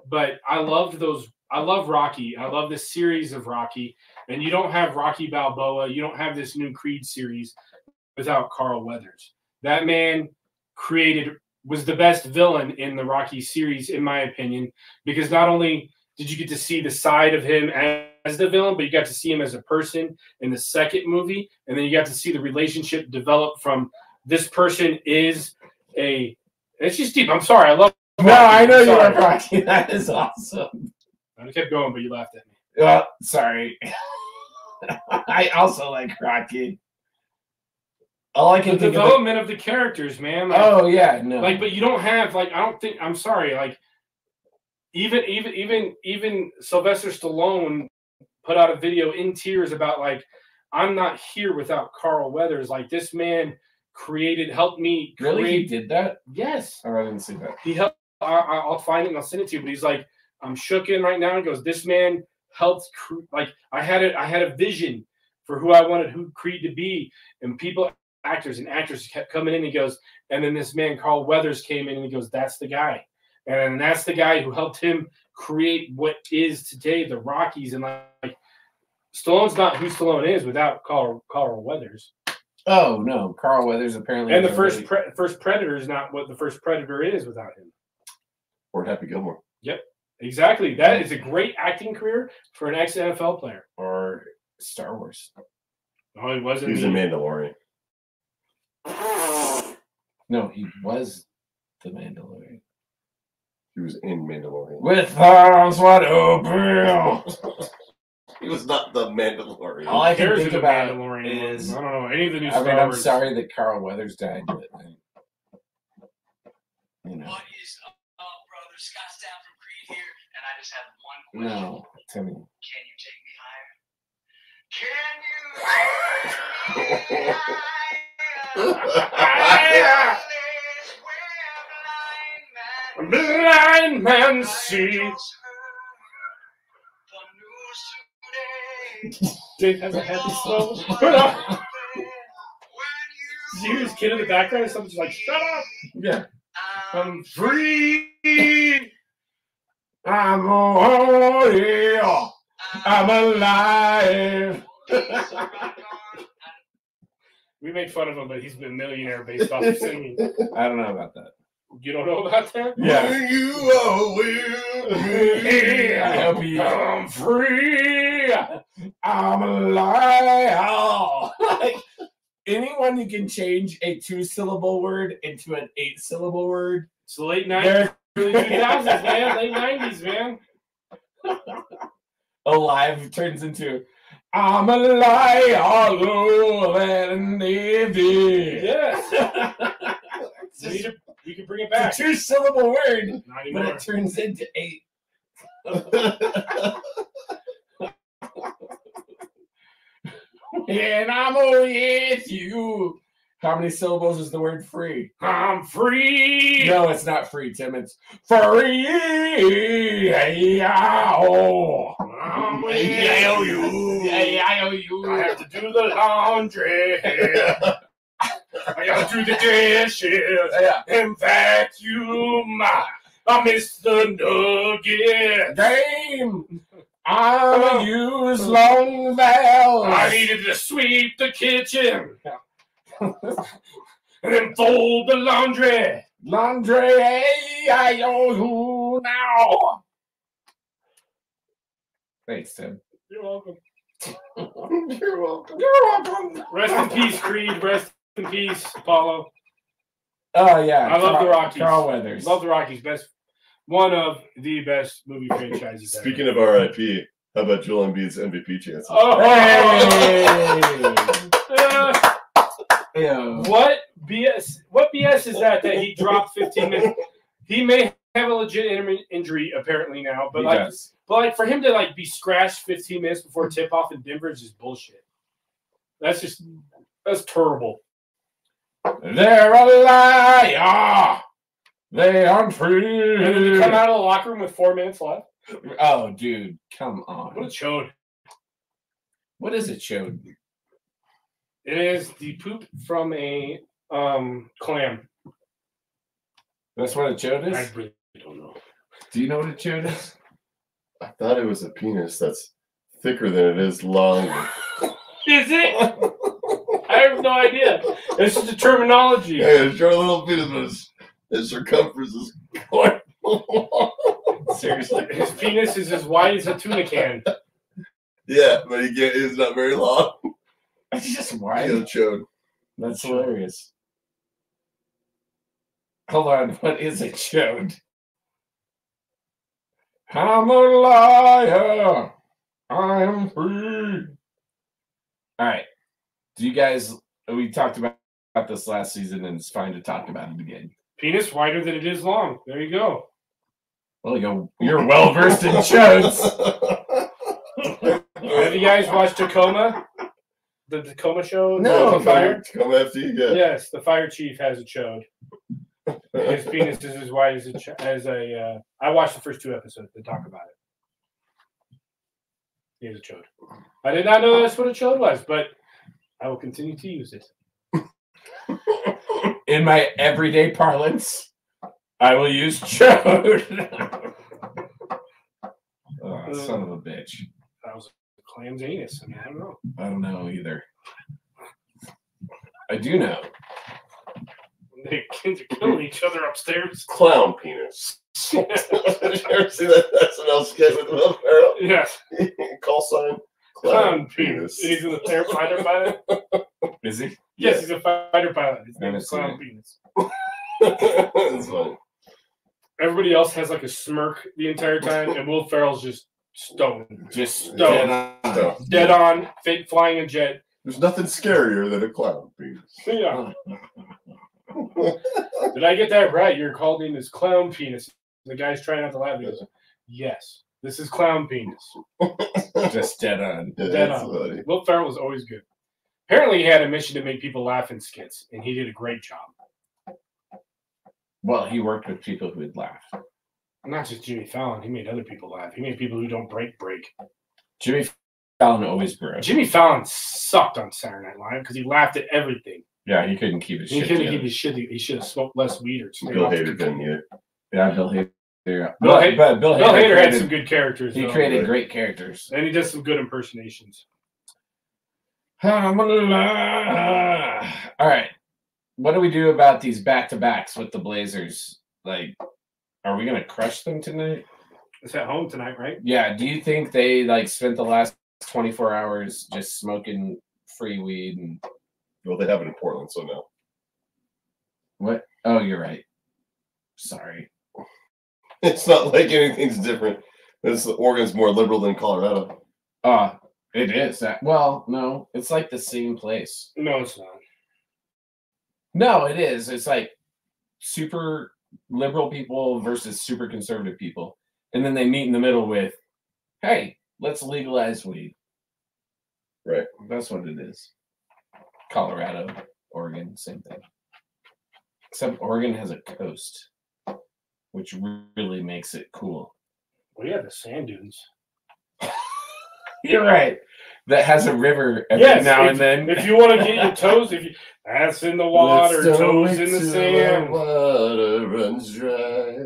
C: But I loved those. I love Rocky. I love the series of Rocky. And you don't have Rocky Balboa. You don't have this new Creed series without Carl Weathers. That man created was the best villain in the Rocky series, in my opinion, because not only did you get to see the side of him as, as the villain, but you got to see him as a person in the second movie, and then you got to see the relationship develop from this person is a. It's just deep. I'm sorry. I love.
A: No, I know you are
C: Sorry.
A: crying. That is awesome.
C: I kept going, but you laughed at me.
A: Well, sorry. <laughs> I also like Rocky. All I
C: The
A: can think of.
C: development of the characters, man. Like,
A: Oh yeah, no.
C: like but you don't have like i don't think i'm sorry like even even even even sylvester stallone put out a video in tears about like i'm not here without carl weathers like this man created helped me create
A: really, he did that?
C: yes
A: Oh, I didn't see that.
C: he helped I, I- i'll find it and i'll send it to you but he's like i'm shooken right now and goes this man helped cre- like i had it i had a vision for who i wanted who creed to be and people actors and actresses kept coming in he goes and then this man carl weathers came in and he goes that's the guy and then that's the guy who helped him create what is today the rockies and like Stallone's not who Stallone is without Carl Carl Weathers,
A: Oh no, Carl Weathers apparently.
C: and the
A: was a
C: first
A: really-
C: pre- first Predator is not what the first Predator is without him.
B: Or Happy Gilmore.
C: Exactly. That is a great acting career for an ex NFL player.
A: or Star Wars.
C: No, it wasn't.
B: He was in Mandalorian.
A: No, he was the Mandalorian.
B: He was in Mandalorian.
A: With arms wide open.
B: <laughs> He was not the Mandalorian.
A: All I can
C: There's
A: think
C: the
A: about
C: Mandalorian
A: is-
C: one. I don't know any of the new
A: I
C: Star
A: mean, I'm
C: Wars.
A: sorry that Carl Weathers died, but I- you know,
D: What is up, brother? Scott Stapp from Creed here, and I just have one question.
A: no, Timmy.
D: Can you take me higher? Can you
B: <laughs>
D: take me higher? Place where blind man
C: Blind man see.
D: Idols heard the news
C: Dave has a
D: today.
C: happy soul. uh,
D: When
C: you hear this kid in the background? Someone's just like, "Shut up!"
A: Yeah.
D: I'm <laughs>
C: I'm um, free.
A: I'm all here. I'm alive.
D: Please rock on.
C: We make fun of him, but he's been a millionaire based off of singing.
A: I don't know about that.
C: You don't know about that?
A: Yeah.
B: You
A: I hope he-
C: I'm free.
A: I'm alive. <laughs> like, anyone who can change a two syllable word into an eight syllable word,
C: It's the late nineties,
A: they're
C: early two thousands, man. Late nineties, man.
A: alive turns into I'm alive, all and yeah.
C: Yes.
A: <laughs> It's
C: We,
A: just-
C: need to, we can bring it back.
A: it's a two syllable word,
C: Not
A: but
C: anymore.
A: it turns into eight. And I'm with you. How many syllables is the word free?
C: I'm free.
A: No, it's not free, Tim. It's free. Yeah, oh.
C: I'm
A: Yeah,
C: free.
A: oh, you. Yeah, I owe you.
C: I have to do the laundry. I gotta do the dishes
A: Yeah.
C: and vacuum. I miss the nugget.
A: Game. I use long vowels.
C: I needed to sweep the kitchen and then fold the laundry.
A: Laundry, I owe you now. Thanks, Tim.
C: You're welcome.
B: You're welcome.
A: You're welcome.
C: Rest in peace, Creed. Rest in peace, Apollo.
A: Oh yeah,
C: I love the Rockies.
A: Carl Weathers.
C: Love the Rockies. Best, one of the best movie franchises. ever.
B: Speaking of RIP, how about Joel Embiid's MVP chances?
C: oh, <laughs>
A: <laughs> hey.
C: uh,
A: Ew.
C: What BS? What BS is that that he dropped 15 minutes? He may have a legit in- injury apparently now, but
A: He
C: like,
A: does.
C: but like for him to like be scratched 15 minutes before tip off in Denver is just bullshit. That's just that's terrible.
A: They're a liar. They are
C: And then you come
A: free.
C: out of the locker room with four minutes left.
A: Oh, dude, come
C: What a
A: on.
C: chode!
A: What is it, Chode?
C: It is the poop from a um clam.
A: That's what a chode
C: I
A: is?
C: really don't know.
A: Do you know what a chode <laughs> is?
B: I thought it was a penis that's thicker than it is long.
C: Is it? <laughs> I have no idea. This is the terminology.
B: yeah, it's your little penis, but its circumference is quite long.
A: Seriously.
C: His penis is as wide as a tuna can.
B: Yeah, but he can't, it's not very long.
A: It's just
B: I
A: wild. That's hilarious. Hold on, <laughs> what is it, Chode? I'm a liar. I'm free. All right. Do you guys, we talked about, about this last season and it's fine to talk about it again.
C: Penis wider than it is long. There you go.
A: Well, you're, you're well versed in
B: <laughs>
A: Chodes.
C: Have you guys watched Tacoma? The Tacoma show?
A: No,
C: The fire?
B: Come after you, yeah.
C: Yes, the fire chief has a chode. His penis is as wide as a. Ch- as a uh, I watched the first two episodes to talk about it. He has a chode. I did not know that's what a chode was, but I will continue to use it.
A: In my everyday parlance, I will use <laughs> Chode. oh, son of a bitch.
C: That was a clam's anus. I mean, I don't know.
A: I don't know either. I do know.
C: The kids are killing each other upstairs.
B: Clown penis. <laughs> you ever see that SNL skit with Will Ferrell? <laughs>
C: Yes,
B: Call sign.
C: clown
B: <laughs>
C: penis. And he's in the fire fighter pilot.
A: Is he?
C: Yes, he's a fighter pilot. His name
A: Haven't
C: is
A: seen it.
C: clown penis.
B: That's funny.
C: everybody else has like a smirk the entire time, and Will Ferrell's just
A: <laughs>
C: stoned,
A: Just
C: No.
A: dead on.
B: No.
C: dead on, fake flying a jet.
B: There's nothing scarier than a clown penis.
C: Yeah. Did I get that right? Your call name is Clown Penis. The guy's trying not to laugh. He goes, yes, this is Clown Penis.
A: Just dead on.
B: Yeah,
C: Dead
B: that's
C: on.
B: funny.
C: Will Ferrell was always good. Apparently, he had a mission to make people laugh in skits, and he did a great job.
A: Well, he worked with people who would laugh.
C: Not just Jimmy Fallon. He made other people laugh. He made people who don't break break.
A: Jimmy Fallon always broke.
C: Jimmy Fallon sucked on Saturday Night Live because he laughed at everything.
A: Yeah, he couldn't keep his
C: He
A: shit
C: couldn't keep
A: together.
C: his shit. He should have smoked less weed or stayed
B: Bill
C: off the
B: Hader didn't get it.
A: Yeah, Bill Hader. Yeah.
C: Bill
A: but,
C: Hader-
A: but Bill Hader,
C: Bill Hader had
A: created,
C: some good characters.
A: he
C: though.
A: created great
C: <laughs>
A: characters.
C: and he does some good impersonations.
A: I'm a liar. All right. What do we do about these back to backs with the Blazers? Like, are we going to crush them tonight?
C: It's at home tonight, right?
A: Yeah. Do you think they like spent the last 24 hours just smoking free weed and
B: Well, they have it in Portland, so no. <laughs>
A: what? Oh, you're right. Sorry.
B: It's not like anything's different. This Oregon's more liberal than Colorado.
A: Uh, it is that. Well, no, it's like the same place.
C: No, it's not.
A: No, it is. It's like super liberal people versus super conservative people. And then they meet in the middle with, hey, let's legalize weed.
B: Right.
A: That's what it is. Colorado, Oregon, same thing. Except Oregon has a coast, which really makes it cool. <laughs>
C: We have the sand dunes.
A: You're right. That has a river every
C: Yes,
A: now and then.
C: If you want to get your toes, if you that's in the water,
B: Let's go
C: toes in the
B: till
C: sand.
B: our Water runs dry.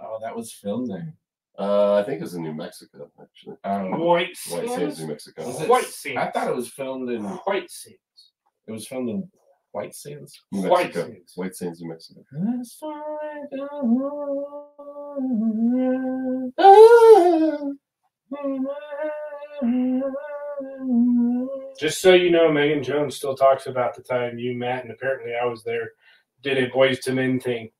A: oh, that was filmed there.
B: Uh, I think it was in New Mexico, actually.
A: Um,
C: White
B: White Sands,
C: sands.
B: New Mexico.
A: Is it-
C: White sands.
A: I thought it was filmed in
C: white sands.
A: it was filmed in White Sands.
B: New
C: White
B: Mexico.
C: sands.
B: White Sands, New Mexico.
A: As far as I know.
C: Just so you know, Megan Jones still talks about the time you, Matt, and apparently I was there, did a boys to men thing.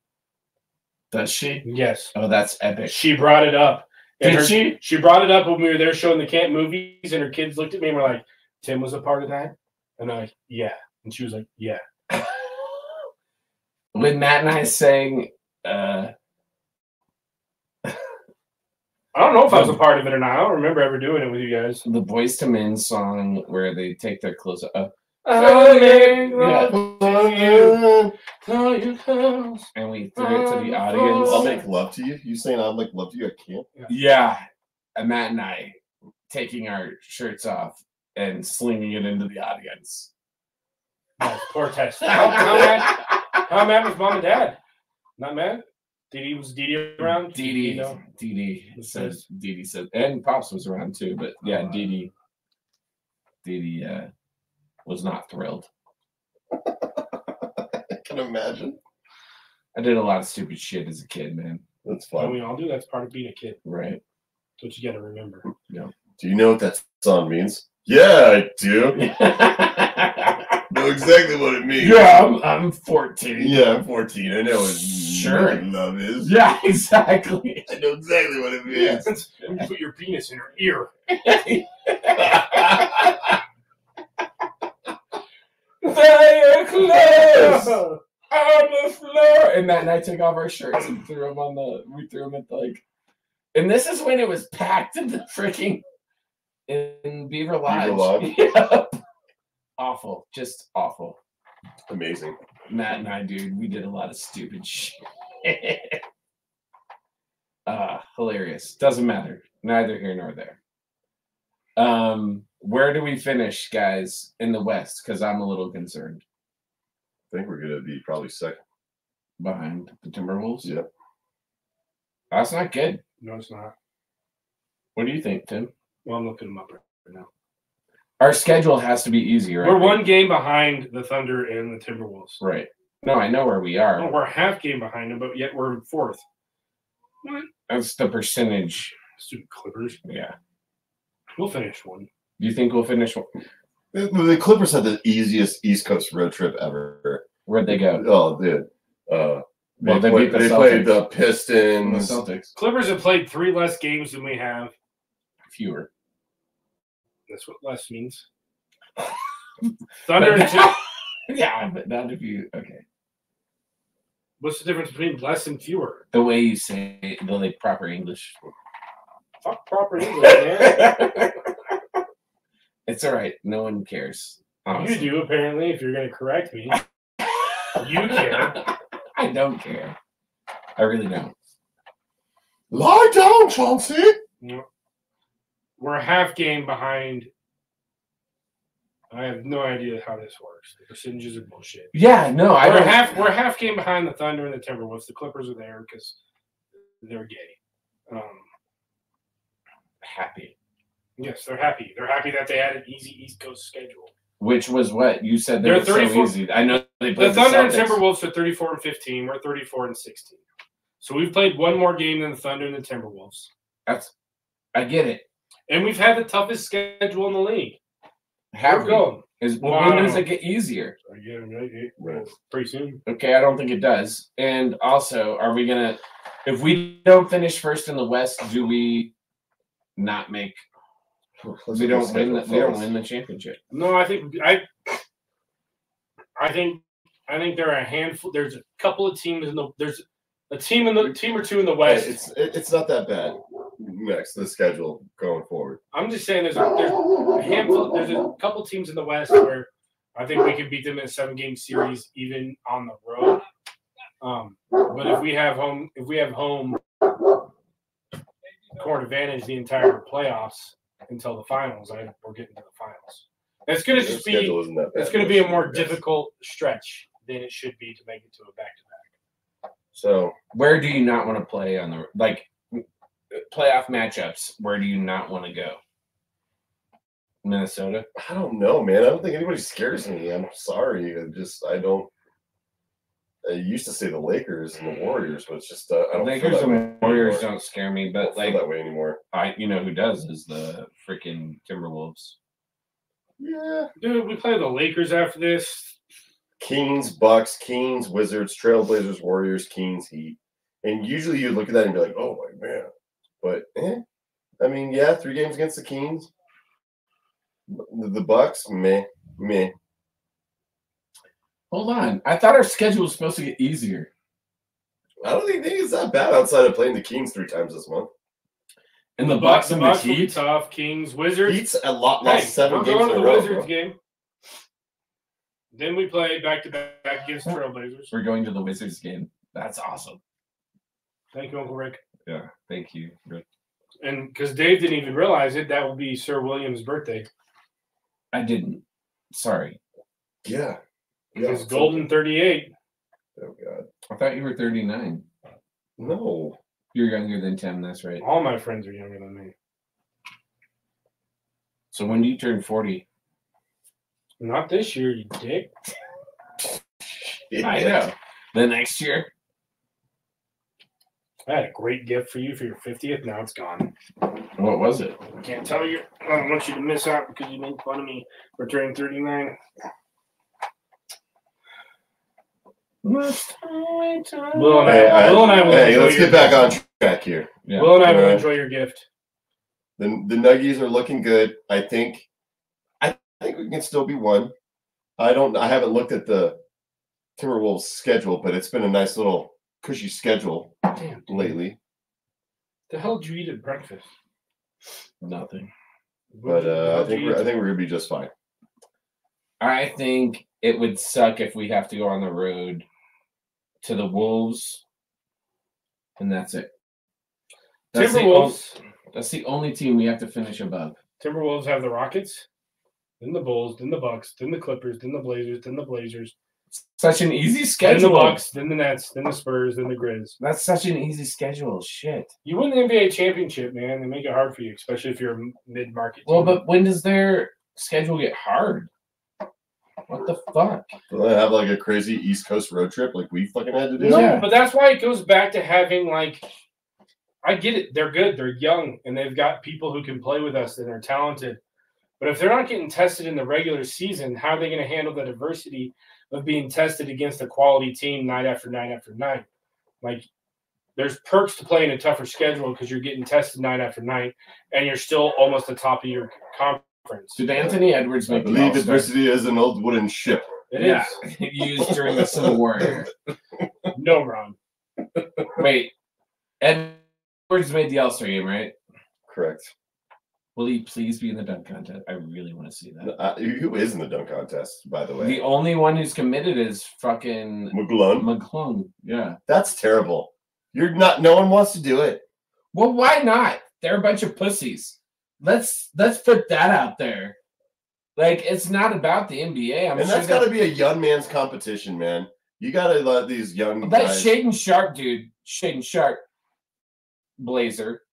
A: Does she?
C: Yes,
A: Oh, that's epic.
C: she brought it up. And her-
A: Did she?
C: She brought it up when we were there showing the camp movies, and her kids looked at me and were like, Tim was a part of that? And I'm like, yeah. And she was like, yeah.
A: When Matt and I sang uh,
C: I don't know if I was a part of it or not. I don't remember ever doing it with you guys.
A: The Boys to Men song where they take their clothes off and we threw it to the
B: I'll
A: audience.
B: make love to you. You saying I'll make love to you? I can't.
A: Yeah, and Matt and I taking our shirts off and slinging it into the audience.
C: Nice, Poor test. How, how mad? How mad was mom and dad? Not mad. Didi was Didi around.
A: Dee
C: You
A: Dee,
C: know?
A: Dee Dee
C: It
A: says Dee Dee says, and Pops was around too, but
C: Uh-huh.
A: yeah, Dee Dee, Dee Dee uh, was not thrilled.
B: I can imagine.
A: I did a lot of stupid shit as a kid, man.
B: That's
C: Don't
B: fine.
C: we all do. That's part of being a kid.
A: Right? <laughs>
C: That's what you got to remember.
B: Do you know what that song means? Yeah, I do.
A: yeah,
B: Know exactly what it means.
A: I'm, I'm 14.
B: Yeah, I'm 14. I know what
A: Sure.
B: sure. love is.
A: Yeah, <laughs>
B: <laughs>
A: exactly.
B: I know exactly what it
C: Yeah.
B: means.
C: When you put your penis in her ear.
A: They're close. on the floor. And that night, took off our shirts and threw them on the. We threw them at like. And this is when it was packed in the freaking in Beaver Lodge.
B: Lodge?
A: Yep. <laughs> Awful, just awful.
B: Amazing.
A: Matt and I, dude, we did a lot of stupid <laughs> shit. uh, hilarious. Doesn't matter. Neither here nor there. Um, where do we finish, guys, in the West? Because I'm a little concerned
B: I think we're gonna be probably second.
A: behind the Timberwolves.
B: Yep.
A: That's not good.
C: No, it's not.
A: What do you think, Tim?
C: Well, I'm looking them up right now.
A: Our schedule has to be easier. I
C: We're
A: think.
C: one game behind the Thunder and the Timberwolves.
A: Right. No, I know where we
C: No,
A: are.
C: we're half game behind them, but yet we're in fourth.
A: That's the percentage.
C: Stupid Clippers.
A: Yeah.
C: We'll finish one.
A: Do you think we'll finish?
B: The, the Clippers had the easiest East Coast road trip ever.
A: Where'd they go?
B: Oh, dude. Uh, they,
A: Well, they
B: play-
A: beat the
B: they
A: Celtics.
B: played the um,
A: The
B: Pistons.
A: Celtics.
C: Clippers have played three less games than we have.
A: Fewer.
C: That's what less <laughs> means. Thunder and Tim-
A: <laughs> yeah, but not if you. Okay.
C: What's the difference between less and fewer?
A: The way you say it, the like proper
B: <laughs>
A: English.
C: Fuck proper English, man.
A: It's all right. No one cares.
C: you
A: Honestly.
C: do, apparently, if you're going to correct me. You care.
A: I don't care. I really don't.
B: Lie down, Chauncey.
C: We're a half game behind. I have no idea how this works. The percentages are bullshit.
A: Yeah. No, I
C: we're
A: don't.
C: half we're half game behind the Thunder and the Timberwolves. The Clippers are there because they're gay. Um,
A: happy.
C: yes, they're happy. They're happy that they had an easy East Coast schedule.
A: Which was what you said. They
C: They're
A: were so
C: 34
A: easy. I know they played the,
C: The Thunder and
A: Celtics.
C: Timberwolves are 34 and 15. We're 34 and 16. So we've played one more game than the Thunder and the Timberwolves.
A: That's, I get it.
C: And we've had the toughest schedule in the league.
A: Have
C: we're
A: we?
C: going.
A: Is well,
C: Wow.
A: when does it get easier?
C: Yeah, right, yeah,
B: Right.
C: Pretty soon.
A: Okay, I don't think it does. And also, are we gonna if we don't finish first in the West, do we not make we don't win the, we don't win the championship?
C: No, I think I I think I think there are a handful there's a couple of teams in the there's a team in the team or two in the
B: Hey,
C: West.
B: it's it, it's not that bad. Next, the schedule going forward.
C: I'm just saying there's a, there's a handful there's a couple teams in the West where I think we could beat them in a seven game series even on the road. Um, but if we have home if we have home court advantage the entire playoffs until the finals, I think we're getting to the finals. It's gonna
B: Their
C: just be
B: schedule isn't that bad.
C: It's going to be a
B: Yes.
C: more difficult stretch than it should be to make it to a back to back.
B: So
A: Where do you not want to play on the like playoff matchups? Where do you not want to go? Minnesota.
B: I don't know, man. I don't think anybody scares me. I'm sorry. I just I don't. I used to say the Lakers and the Warriors, but it's just uh, I don't.
A: Lakers
B: feel that way
A: and Warriors
B: anymore.
A: don't scare me,
B: I
A: but
B: don't feel
A: like
B: that way anymore.
A: I, you know who does is the freaking Timberwolves.
B: Yeah.
C: Dude, we play the Lakers after this.
B: Kings, Bucks, Kings, Wizards, Trailblazers, Warriors, Kings, Heat, and usually you look at that and be like, oh my man, but eh. I mean, yeah, three games against the Kings, the the Bucks, meh, meh.
A: Hold on, I thought our schedule was supposed to get easier.
B: I don't think think it's that bad outside of playing the Kings three times this month.
A: And the Bucks and the
C: Bucks will be
A: Heat.
C: tough. Kings, Wizards.
B: Heat's a lot lost
C: Hey,
B: 7
C: we're
B: games
C: going
B: in
C: to
B: a
C: the
B: row.
C: Wizards
B: bro.
C: game. Then we play back to back against Trailblazers.
A: We're going to the Wizards game. That's awesome.
C: Thank you, Uncle Rick.
A: Yeah. Thank you, Rick.
C: And because Dave didn't even realize it, that will be Sir William's birthday.
A: I didn't. Sorry.
B: Yeah. Yeah.
C: His golden 38.
B: Oh, God.
A: I thought you were 39.
B: No.
A: You're younger than Tim. That's right.
C: All my friends are younger than me.
A: So when do you turn 40?
C: Not this year, you dick.
A: I know. The next year.
C: I had a great gift for you for your 50th. Now it's gone.
A: What was it?
C: I can't tell you. I don't want you to miss out because you made fun of me for turning 39. Will and I,
B: Hey, I-
C: Will and I will
B: Hey,
C: enjoy
B: let's
C: your
B: get back on track here.
A: Yeah.
C: Will and I will
B: Alright.
C: enjoy your gift.
B: The the Nuggies are looking good. I think I think we can still be one. I don't I haven't looked at the Timberwolves schedule, but it's been a nice little cushy schedule
C: Damn.
B: lately.
C: The hell did you eat at breakfast?
A: Nothing.
B: But uh, I
C: What did
B: think
C: you
B: we're,
C: eat?
B: I think we're gonna be just fine.
A: I think it would suck if we have to go on the road to the Wolves, and that's it. That's the on-
C: Timberwolves.
A: that's the only team we have to finish above.
C: Timberwolves have the Rockets, then the Bulls, then the Bucks, then the Clippers, then the Blazers, then the Blazers,
A: Such an easy
C: then the
A: schedule.
C: Bucks, then the Nets, then the Spurs, then the Grizz.
A: That's such an easy schedule. Shit.
C: You win the NBA championship, man. They make it hard for you, especially if you're a mid market.
A: Well, but when does their schedule get hard? What the fuck?
B: We'll have like a crazy East Coast road trip like we fucking had to do.
C: no,
A: Yeah.
C: but that's why it goes back to having like. I get it. They're good. They're young, and they've got people who can play with us, and they're talented. But if they're not getting tested in the regular season, how are they going to handle the diversity of being tested against a quality team night after night after night? Like, there's perks to playing a tougher schedule because you're getting tested night after night, and you're still almost the top of your conference.
A: Did Anthony Edwards
B: I
A: make the
B: believe
A: All-Star?
B: adversity is an old wooden ship.
C: It is
A: Yeah. used during the Civil War?
B: <laughs>
A: era?
C: no wrong.
A: Wait, Edwards made the All-Star game, right?
B: Correct.
A: Will he please be in the dunk contest? I really want to see that.
B: Uh, who is in the dunk contest, by the
A: The
B: way?
A: only one who's committed is fucking
B: McGlone.
A: McClung. Yeah.
B: That's terrible. You're not. No one wants to do it.
A: Well, why not? They're a bunch of pussies. Let's let's put that out there. Like it's not about the NBA. I'm
B: and
A: sure
B: that's got to be a young man's competition, man. You got to let these young
A: that, that
B: guys.
A: Shaden Sharp dude, Shaden Sharp, Blazer.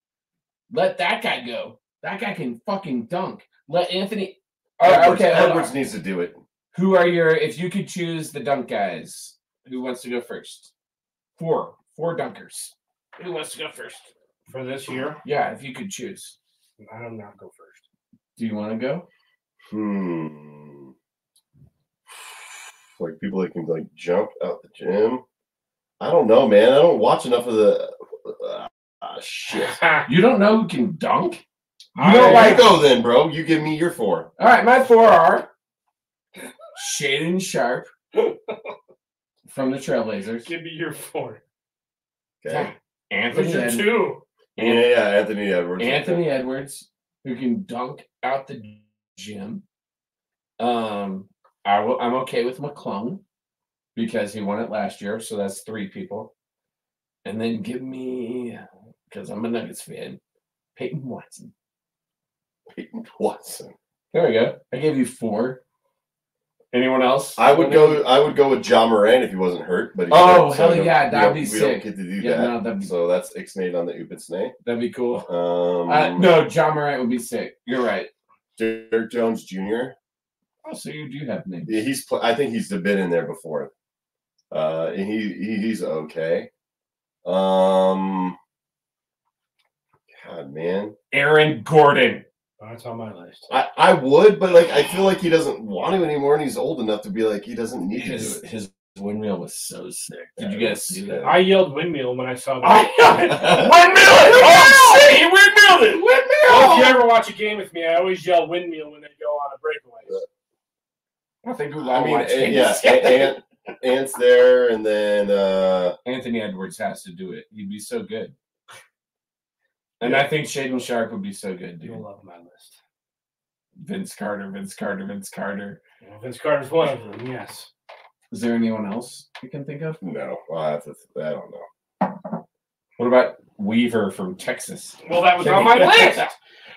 A: Let that guy go. That guy can fucking dunk. Let Anthony. All right,
B: Edwards,
A: okay. hold on.
B: Edwards needs to do it.
A: Who are your if you could choose the dunk guys? Who wants to go first? Four. Four dunkers. Who wants to go first?
C: For this year,
A: Yeah, if you could choose.
C: I do not go first.
A: Do you want to go?
B: Hmm. Like people that can like jump out the gym. I don't know, man. I don't watch enough of the. Ah, shit.
C: <laughs>
A: You don't know who can dunk?
B: You
A: You
B: don't
A: don't
B: like
A: like-
B: go then, bro. You give me your four.
A: All right, my four are Shaden Sharp from the Trailblazers.
C: Give me your four.
B: Okay.
A: Anthony
C: Who's your
A: Ed-
C: two?
B: Yeah, yeah, Anthony Edwards.
A: Anthony Edwards, who can dunk out the gym. Um, I will, I'm okay with McClung because he won it last year, so that's three people. And then give me, because I'm a Nuggets fan, Peyton Watson.
B: Peyton <laughs> Watson.
A: There we go. I gave you four. Anyone else?
B: I would go. I would go with John Moran if he wasn't hurt. But he's
A: Oh,
B: hurt,
A: hell
B: I don't-
A: yeah,
B: we
A: that'd
B: don't-
A: be
B: we
A: sick.
B: don't get to do
A: Yeah,
B: that.
A: no, that'd be,
B: So that's Ixnade on the Upitsnade.
A: that'd be cool.
B: Um,
A: Uh, no, John Morant would be sick. You're right.
B: Derek Jones Jr.
A: Oh, so you do have names.
B: Yeah, He's. Pl- I think he's been in there before. Uh, and he, he he's okay. Um, God, man,
A: Aaron Gordon.
C: That's on my list.
B: I I would, but like I feel like he doesn't want to anymore, and he's old enough to be like he doesn't need to do
A: His <laughs>
B: it. <laughs>
A: his windmill was so sick.
B: Yeah,
A: Did you
B: it
A: guys
B: was
A: see
B: good.
A: that?
C: I yelled windmill when I saw
A: <laughs> I
C: that.
A: windmill it! Oh shit, he windmilled it!
C: Well, if you
A: Windmill!
C: ever watch a game with me, I always yell windmill when they go on a breakaway.
A: I eh, think we've
B: I
A: all
B: mean,
A: watched
B: a-
A: it. <laughs>
B: yeah, Ant, Ant's there, and then uh,
A: Anthony Edwards has to do it. He'd be so good. And I think Shaden Sharp would be so good,
C: You'll
A: dude.
C: love my list.
A: Vince Carter, Vince Carter, Vince Carter.
C: You know, Vince Carter's one of them. Yes.
A: Is there anyone else you can think of?
B: No, I, have to, I don't know.
A: What about Weaver from Texas?
C: Well, that was on <laughs> my list.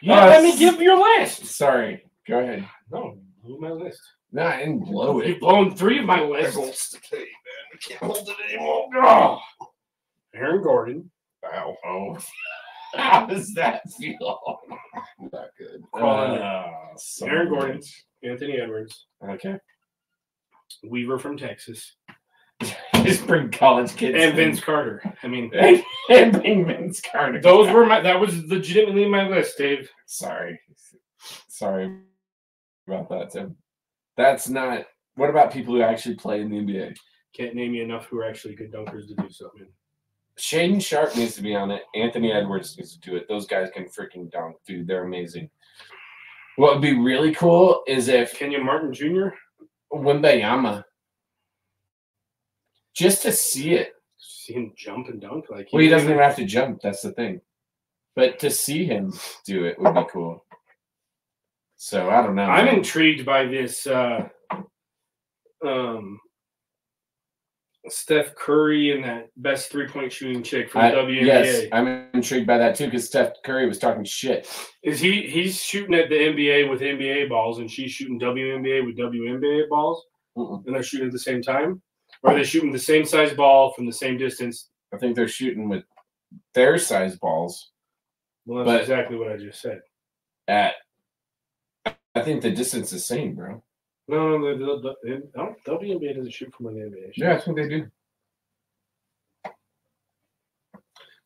C: You didn't let me give your list.
A: Sorry. Go ahead.
C: No, you blew my list.
A: No, I didn't blow
C: You've
A: it.
C: blown three of my lists.
D: Holds the tape, man. We can't hold it anymore.
C: Oh. Aaron Gordon,
B: Wow,
A: Oh. <laughs> How does that feel?
B: not good.
C: Colin,
A: Uh, son
C: Aaron
A: of a
C: Gordon.
A: bitch.
C: Anthony Edwards,
A: Okay.
C: Weaver from Texas,
A: Just bring college kids.
C: and
A: in.
C: Vince Carter. I mean,
A: And, <laughs> and bring Vince Carter.
C: those were my. That was legitimately my list, Dave.
A: Sorry. Sorry about that, Tim. That's not. What about people who actually play in the NBA?
C: Can't name you enough who are actually good dunkers to do so. Man.
A: Shaden Sharp needs to be on it. Anthony Edwards needs to do it. Those guys can freaking dunk, dude. They're amazing. What would be really cool is if
C: Kenya Martin Jr.
A: Wimbayama, just to see it.
C: See him jump and dunk like.
A: Well, he doesn't even have to jump. That's the thing. But to see him do it would be cool. So I don't know.
C: I'm
A: man.
C: intrigued by this. Uh, um, Steph Curry and that best three point shooting chick from
A: I-
C: the WNBA.
A: Yes, I'm intrigued by that too because Steph Curry was talking shit.
C: Is he he's shooting at the NBA with NBA balls and she's shooting WNBA with WNBA balls
A: Mm-mm.
C: and they're shooting at the same time? Or are they shooting the same size ball from the same distance?
A: I think they're shooting with their size balls
C: Well, that's
A: But-
C: exactly what I just said.
A: at. I think the distance is same, bro.
C: No, no, the, the, the, no, WNBA doesn't shoot from where the NBA. shoots.
A: I think they do.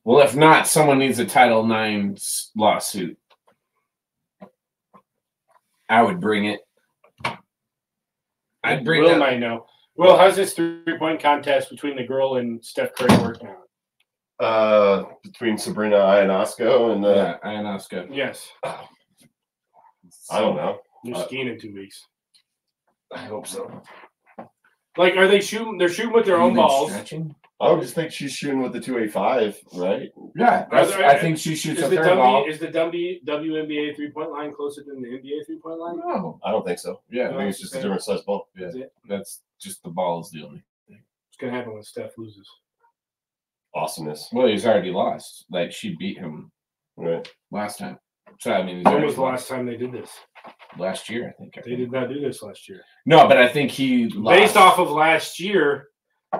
A: Well, if not, someone needs a Title IX lawsuit. I would bring it. I'd bring
C: Will
A: that.
C: might know. Will, how's this three point contest between the girl and Steph Curry working out?
B: Uh, between Sabrina Ionesco and uh,
A: yeah, Ionescu.
C: Yes,
B: I don't know.
C: you're
B: Uh,
C: skiing in two weeks.
A: I hope so.
C: Like, are they shooting? They're shooting with their own balls.
A: Stretching?
B: I would just think she's shooting with the two eight five, right?
A: Yeah, that's-
C: there-
A: I think she shoots
C: Is
A: a
C: the,
A: third ball.
C: WNBA, is the WNBA WNBA three point line closer than the NBA three point line?
A: No,
B: I don't think so. I
A: yeah,
B: think it's just a different size ball.
A: that's just the ball is the only.
C: It's gonna happen when Steph loses.
B: Awesomeness,
A: Well, he's already lost. Like she beat him
B: right?
A: last time. So I mean, he's
C: When
A: already
C: was the
A: lost
C: last time they did this?
A: last year, I think.
C: They did not do this last year.
A: No, but I think he lost.
C: Based off of last year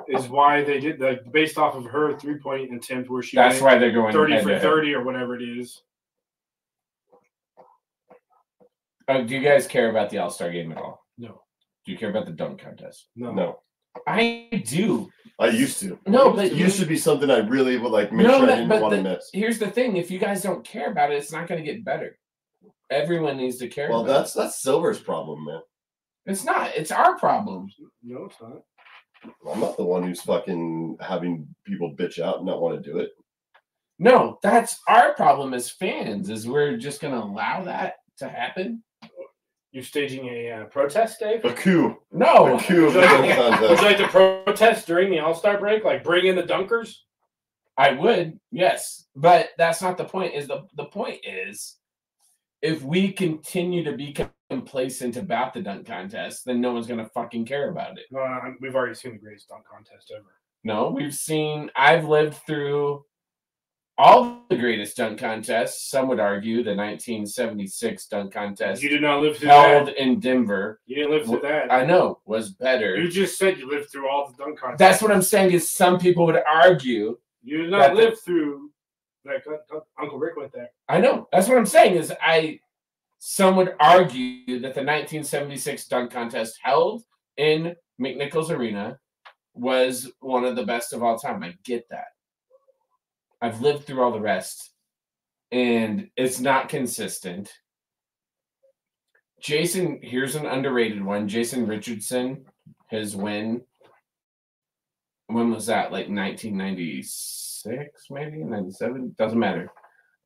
C: is why they did like based off of her three point attempt where she
A: That's
C: went
A: why they're going
C: thirty
A: head
C: for
A: to head.
C: thirty or whatever it is.
A: Oh, do you guys care about the All Star game at all?
C: No,
A: Do you care about the dunk contest?
C: no,
B: No,
A: I do.
B: I used to.
A: No, but
B: It used to be something I really would like make
A: No,
B: sure
A: but-
B: I didn't
A: but
B: want
A: the-
B: to miss.
A: here's the thing: if you guys don't care about it, it's not going to get better. Everyone needs to care.
B: Well,
A: about
B: that's that's Silver's problem, man.
A: it. it's not. It's our problem.
C: no, it's not.
B: I'm not the one who's fucking having people bitch out and not want to do it.
A: No, that's our problem as fans. Is we're just going to allow that to happen?
C: You're staging a uh, protest, Dave.
B: A coup,
A: No.
B: a
A: <laughs>
B: coup of the
C: Yeah. Would
B: contest.
C: you like to protest during the All Star break? Like bring in the dunkers?
A: I would, yes, but that's not the point. Is the the point is if we continue to be complacent about the dunk contest, then no one's gonna fucking care about it.
C: Uh, we've already seen the greatest dunk contest ever.
A: No, we've seen. I've lived through all the greatest dunk contests. Some would argue the 1976 dunk contest
C: You did not live through
A: held
C: that.
A: in Denver.
C: You didn't live through that.
A: I know was better.
C: You just said you lived through all the dunk contests.
A: That's what I'm saying. Is some people would argue
C: You did
A: That's
C: not
A: it.
C: live through like Un- Un- Uncle Rick went there.
A: I know. That's what I'm saying. Is I some would argue that the 1976 dunk contest held in McNichols Arena was one of the best of all time. I get that. I've lived through all the rest, and it's not consistent. Jason, here's an underrated one. Jason Richardson, his win. When was that? Like 1996, maybe 97. Doesn't matter.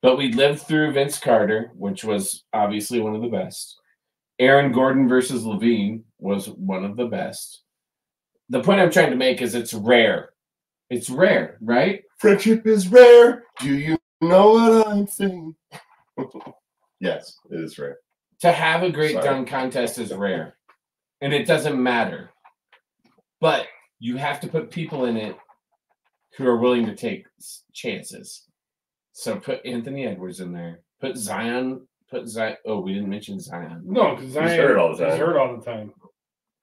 A: But we lived through Vince Carter, which was obviously one of the best. Aaron Gordon versus Levine was one of the best. The point I'm trying to make is it's rare. It's rare, right?
B: Friendship is rare. Do you know what I'm saying? <laughs> yes, it is rare.
A: to have a great
B: Sorry.
A: dunk contest is rare and it doesn't matter but you have to put people in it who are willing to take s- chances so put anthony edwards in there put zion put zion oh we didn't mention zion
C: No, because I
B: hurt all the
C: He's
B: time.
C: hurt all the time.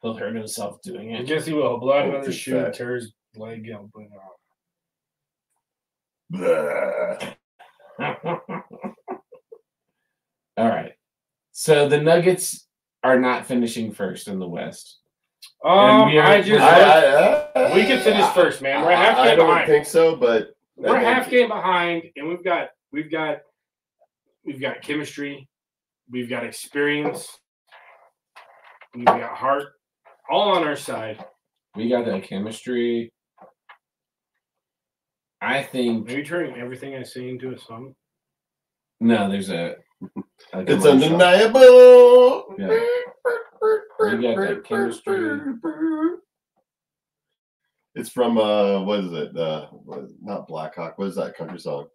A: he'll hurt himself doing
C: I
A: it
C: guess he will. He'll blow out
B: Oh,
C: another
B: big
C: shoe,
B: fat.
C: tear his leg out, but uh,
B: Blah.
A: <laughs> all right so the nuggets are not finishing first in the west And
C: Um,
A: we are-
C: I just
B: I- I- I-
C: we can finish first, man. We're half
B: I- I
C: game
B: don't
C: behind.
B: think so, but
C: We're
B: I think-
C: half game behind, and we've got we've got we've got chemistry, we've got experience, we've got heart, all on our side.
A: we got that chemistry i think
C: Are you turning everything I say into a song?
A: No, there's a. a
B: it's
A: commercial.
B: undeniable.
A: Yeah. We got that chemistry.
B: It's from uh, what is it? Uh, what- not Black Hawk. What is that country song?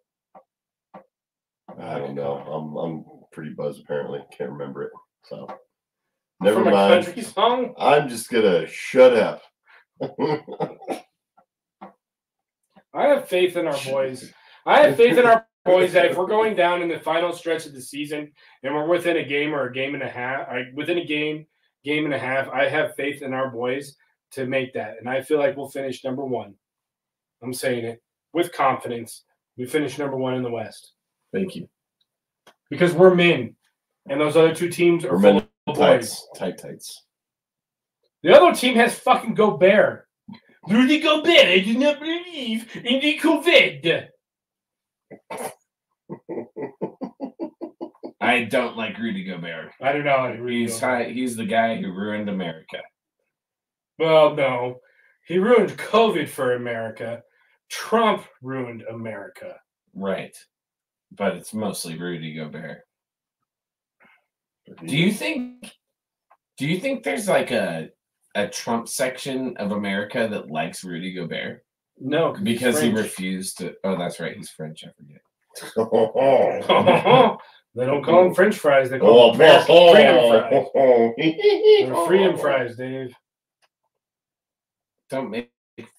B: I don't know. I'm I'm pretty buzzed apparently. Can't remember it. So never
C: From a
B: mind.
C: country song.
B: I'm just gonna shut up.
C: I have
B: <laughs>
C: faith in our boys. I have faith in our boys that if we're going down in the final stretch of the season and we're within a game or a game and a half, I, within a game, game and a half, I have faith in our boys to make that. And I feel like we'll finish number one. I'm saying it with confidence. We finish number one in the West
A: Thank you.
C: because we're men, and those other two teams are
B: We're
C: full
B: men
C: of boys.
B: tights, tight
C: <laughs>
B: tights.
C: The other team has fucking Gobert. Rudy Gobert, I do not believe in the COVID.
A: I don't like Rudy Gobert.
C: I don't know. how to read
A: He's
C: Gobert.
A: high, he's the guy who ruined America.
C: Well, no. He ruined COVID for America. Trump ruined America.
A: Right. But it's mostly Rudy Gobert. Do you think do you think there's like a a Trump section of America that likes Rudy Gobert?
C: No, he's
A: Because he
C: French.
A: refused to oh that's right, he's French, I forget.
C: <laughs> they don't call them French fries. They call
B: Oh,
C: them American
A: Oh.
C: freedom fries. They're
B: <laughs> fries.
C: freedom fries, Dave.
A: Don't make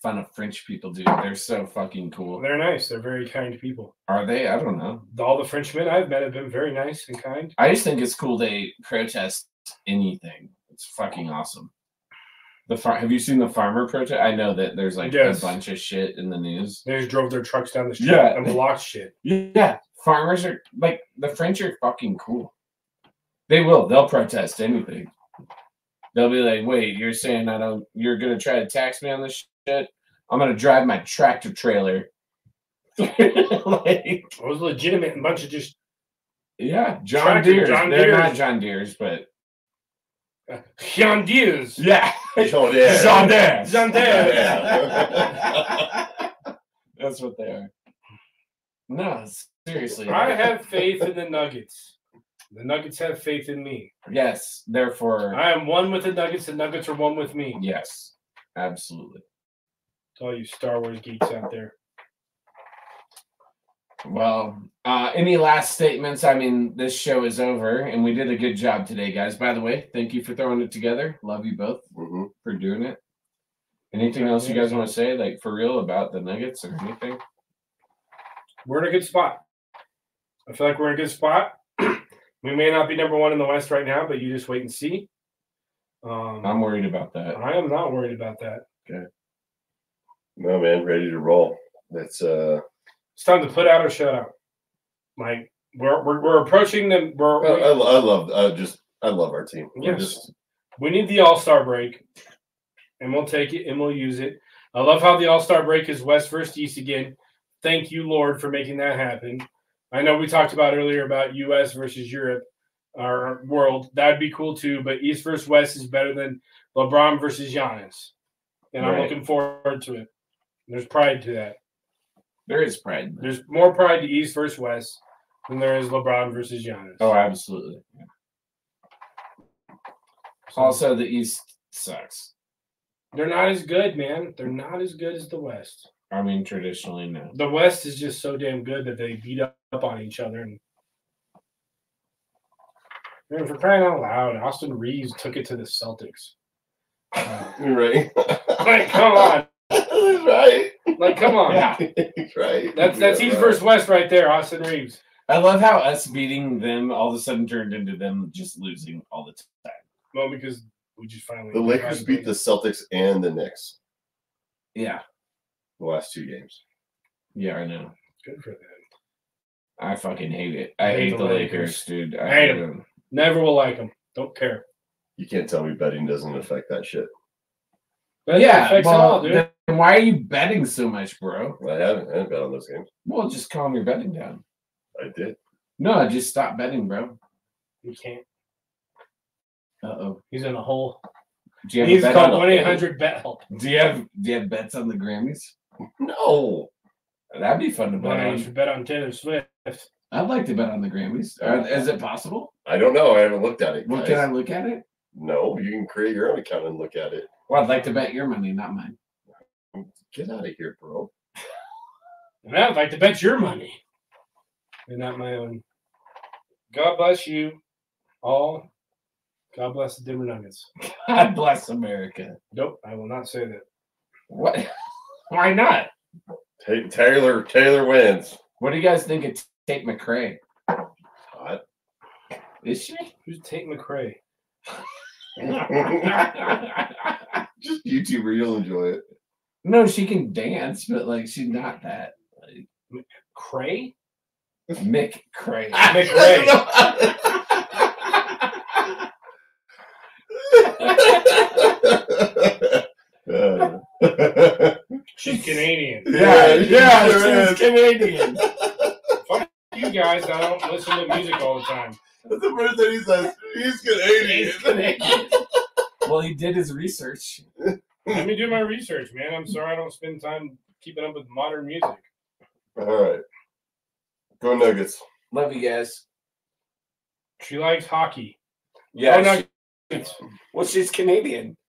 A: fun of French people, dude. They're so fucking cool.
C: They're nice. They're very kind people.
A: Are they? I don't know.
C: All the Frenchmen I've met have been very nice and kind.
A: I just think it's cool they protest anything. It's fucking awesome. The far- have you seen the farmer protest? I know that there's like
C: Yes.
A: a bunch of shit in the news.
C: They just drove their trucks down the street
A: Yeah.
C: and blocked shit.
A: Yeah, farmers are like the French are fucking cool. They will. They'll protest anything. They'll be like, "Wait, you're saying I don't? You're gonna try to tax me on this shit? I'm gonna drive my tractor trailer." <laughs> like,
C: It was legitimate and a bunch of just
A: yeah, John
C: Tractor
A: Deere.
C: John
A: They're not
C: Deeres.
A: John Deere's, but
C: uh, Hyundais.
A: yeah. <laughs>
B: Oh, yeah.
A: Deere.
C: John
B: Yeah.
A: That's what they are. No, s- seriously.
C: I have faith in the Nuggets. The Nuggets have faith in me.
A: yes, therefore,
C: I am one with the Nuggets. The Nuggets are one with me.
A: yes, absolutely.
C: To all you Star Wars geeks out there.
A: Well, uh, any last statements? I mean, this show is over, and we did a good job today, guys. By the way, thank you for throwing it together. Love you both
B: Mhm.
A: for doing it. Anything else you guys want to say, like for real, about the Nuggets or anything?
C: We're in a good spot. I feel like we're in a good spot. <clears throat> we may not be number one in the West right now, but you just wait and see. Um,
A: I'm worried about that.
C: I am not worried about that.
B: No man, ready to roll. That's uh
C: It's time to put out or shut out. Like we're we're, we're approaching them.
B: I,
C: We're,
B: I lo- I love I just I love our team. We're
C: Yes.
B: just
C: we need the All Star break, and we'll take it and we'll use it. I love how the All Star break is West versus East again. Thank you, Lord, for making that happen. I know we talked about earlier about U.S. versus Europe, our world. That'd be cool too. But East versus West is better than LeBron versus Giannis, and I'm
A: Right.
C: looking forward to it. There's pride to that.
A: There is pride. in that.
C: There's more pride to East versus West than there is LeBron versus Giannis.
A: Oh, absolutely. Also, the East sucks.
C: they're not as good, man. They're not as good as the West.
A: I mean, traditionally, <laughs> no.
C: The West is just so damn good that they beat up on each other. And Man, for crying out loud, Austin Reeves took it to the Celtics. <laughs>
B: You're right.
C: Like, come on,
B: That's <laughs> right.
C: like, come on.
A: Yeah.
B: He's right.
C: That's that's
B: Yeah,
C: East
B: right.
C: versus West right there, Austin Reeves.
A: I love how us beating them all of a sudden turned into them just losing all the time.
C: Well, because we just finally
B: The Lakers beat the Celtics and the Knicks
A: Yeah.
B: the last two games.
A: Yeah, I know.
C: Good for them.
A: I fucking hate it. I hate, the Lakers, dude. I
C: Hate
A: hate
C: 'em.
A: them.
C: Never will like them. Don't care.
B: You can't tell me betting doesn't affect that shit.
C: That
A: yeah.
C: affects
A: Well,
C: all, dude.
A: then why are you betting so much, bro?
B: I haven't. I haven't bet on those games.
A: Well, just calm your betting down.
B: I did.
A: No, just stop betting, bro.
C: He can't.
A: Uh oh.
C: He's in a hole.
A: Do you
C: He
A: have
C: needs
A: a
C: to
A: bet on
C: call
A: the-
C: one eight hundred bet help.
A: Do you have do you have bets on the Grammys?
B: No.
A: That'd be fun to bet
C: Well, you
A: on.
C: should bet on Taylor Swift.
A: I'd like to bet on the Grammys. Are, is it possible?
B: I don't know. I haven't looked at it.
A: Well,
B: guys.
A: can I look at it?
B: No, you can create your own account and look at it.
A: Well, I'd like to bet your money, not mine. <laughs>
B: Get out of here, bro.
C: And I'd like to bet your money. And not my own. God bless you all. God bless the Denver Nuggets.
A: God bless America.
C: Nope, I will not say that.
A: What? <laughs> Why not?
B: Ta- Taylor Taylor wins.
A: What do you guys think of Tate McRae?
B: Hot. <laughs>
A: Is she? <laughs>
C: Who's Tate McRae?
B: Just YouTuber, you'll enjoy it.
A: no, she can dance, but like she's not
C: <laughs>
A: that.
C: Cray?
A: Mick Cray.
B: Uh,
C: She's Canadian.
A: Yeah,
B: Yeah,
A: yeah,
B: sure
A: she's
B: is.
A: Canadian.
C: You guys, I don't listen to music all the time.
B: That's the first thing he says. He's Canadian.
A: She's Canadian. well, he did his research.
C: Let me do my research, man. I'm sorry I don't spend time keeping up with modern music.
B: All right. Go Nuggets.
A: Love you guys.
C: She likes hockey.
A: Yeah.
C: Oh, no,
A: she- well, she's Canadian.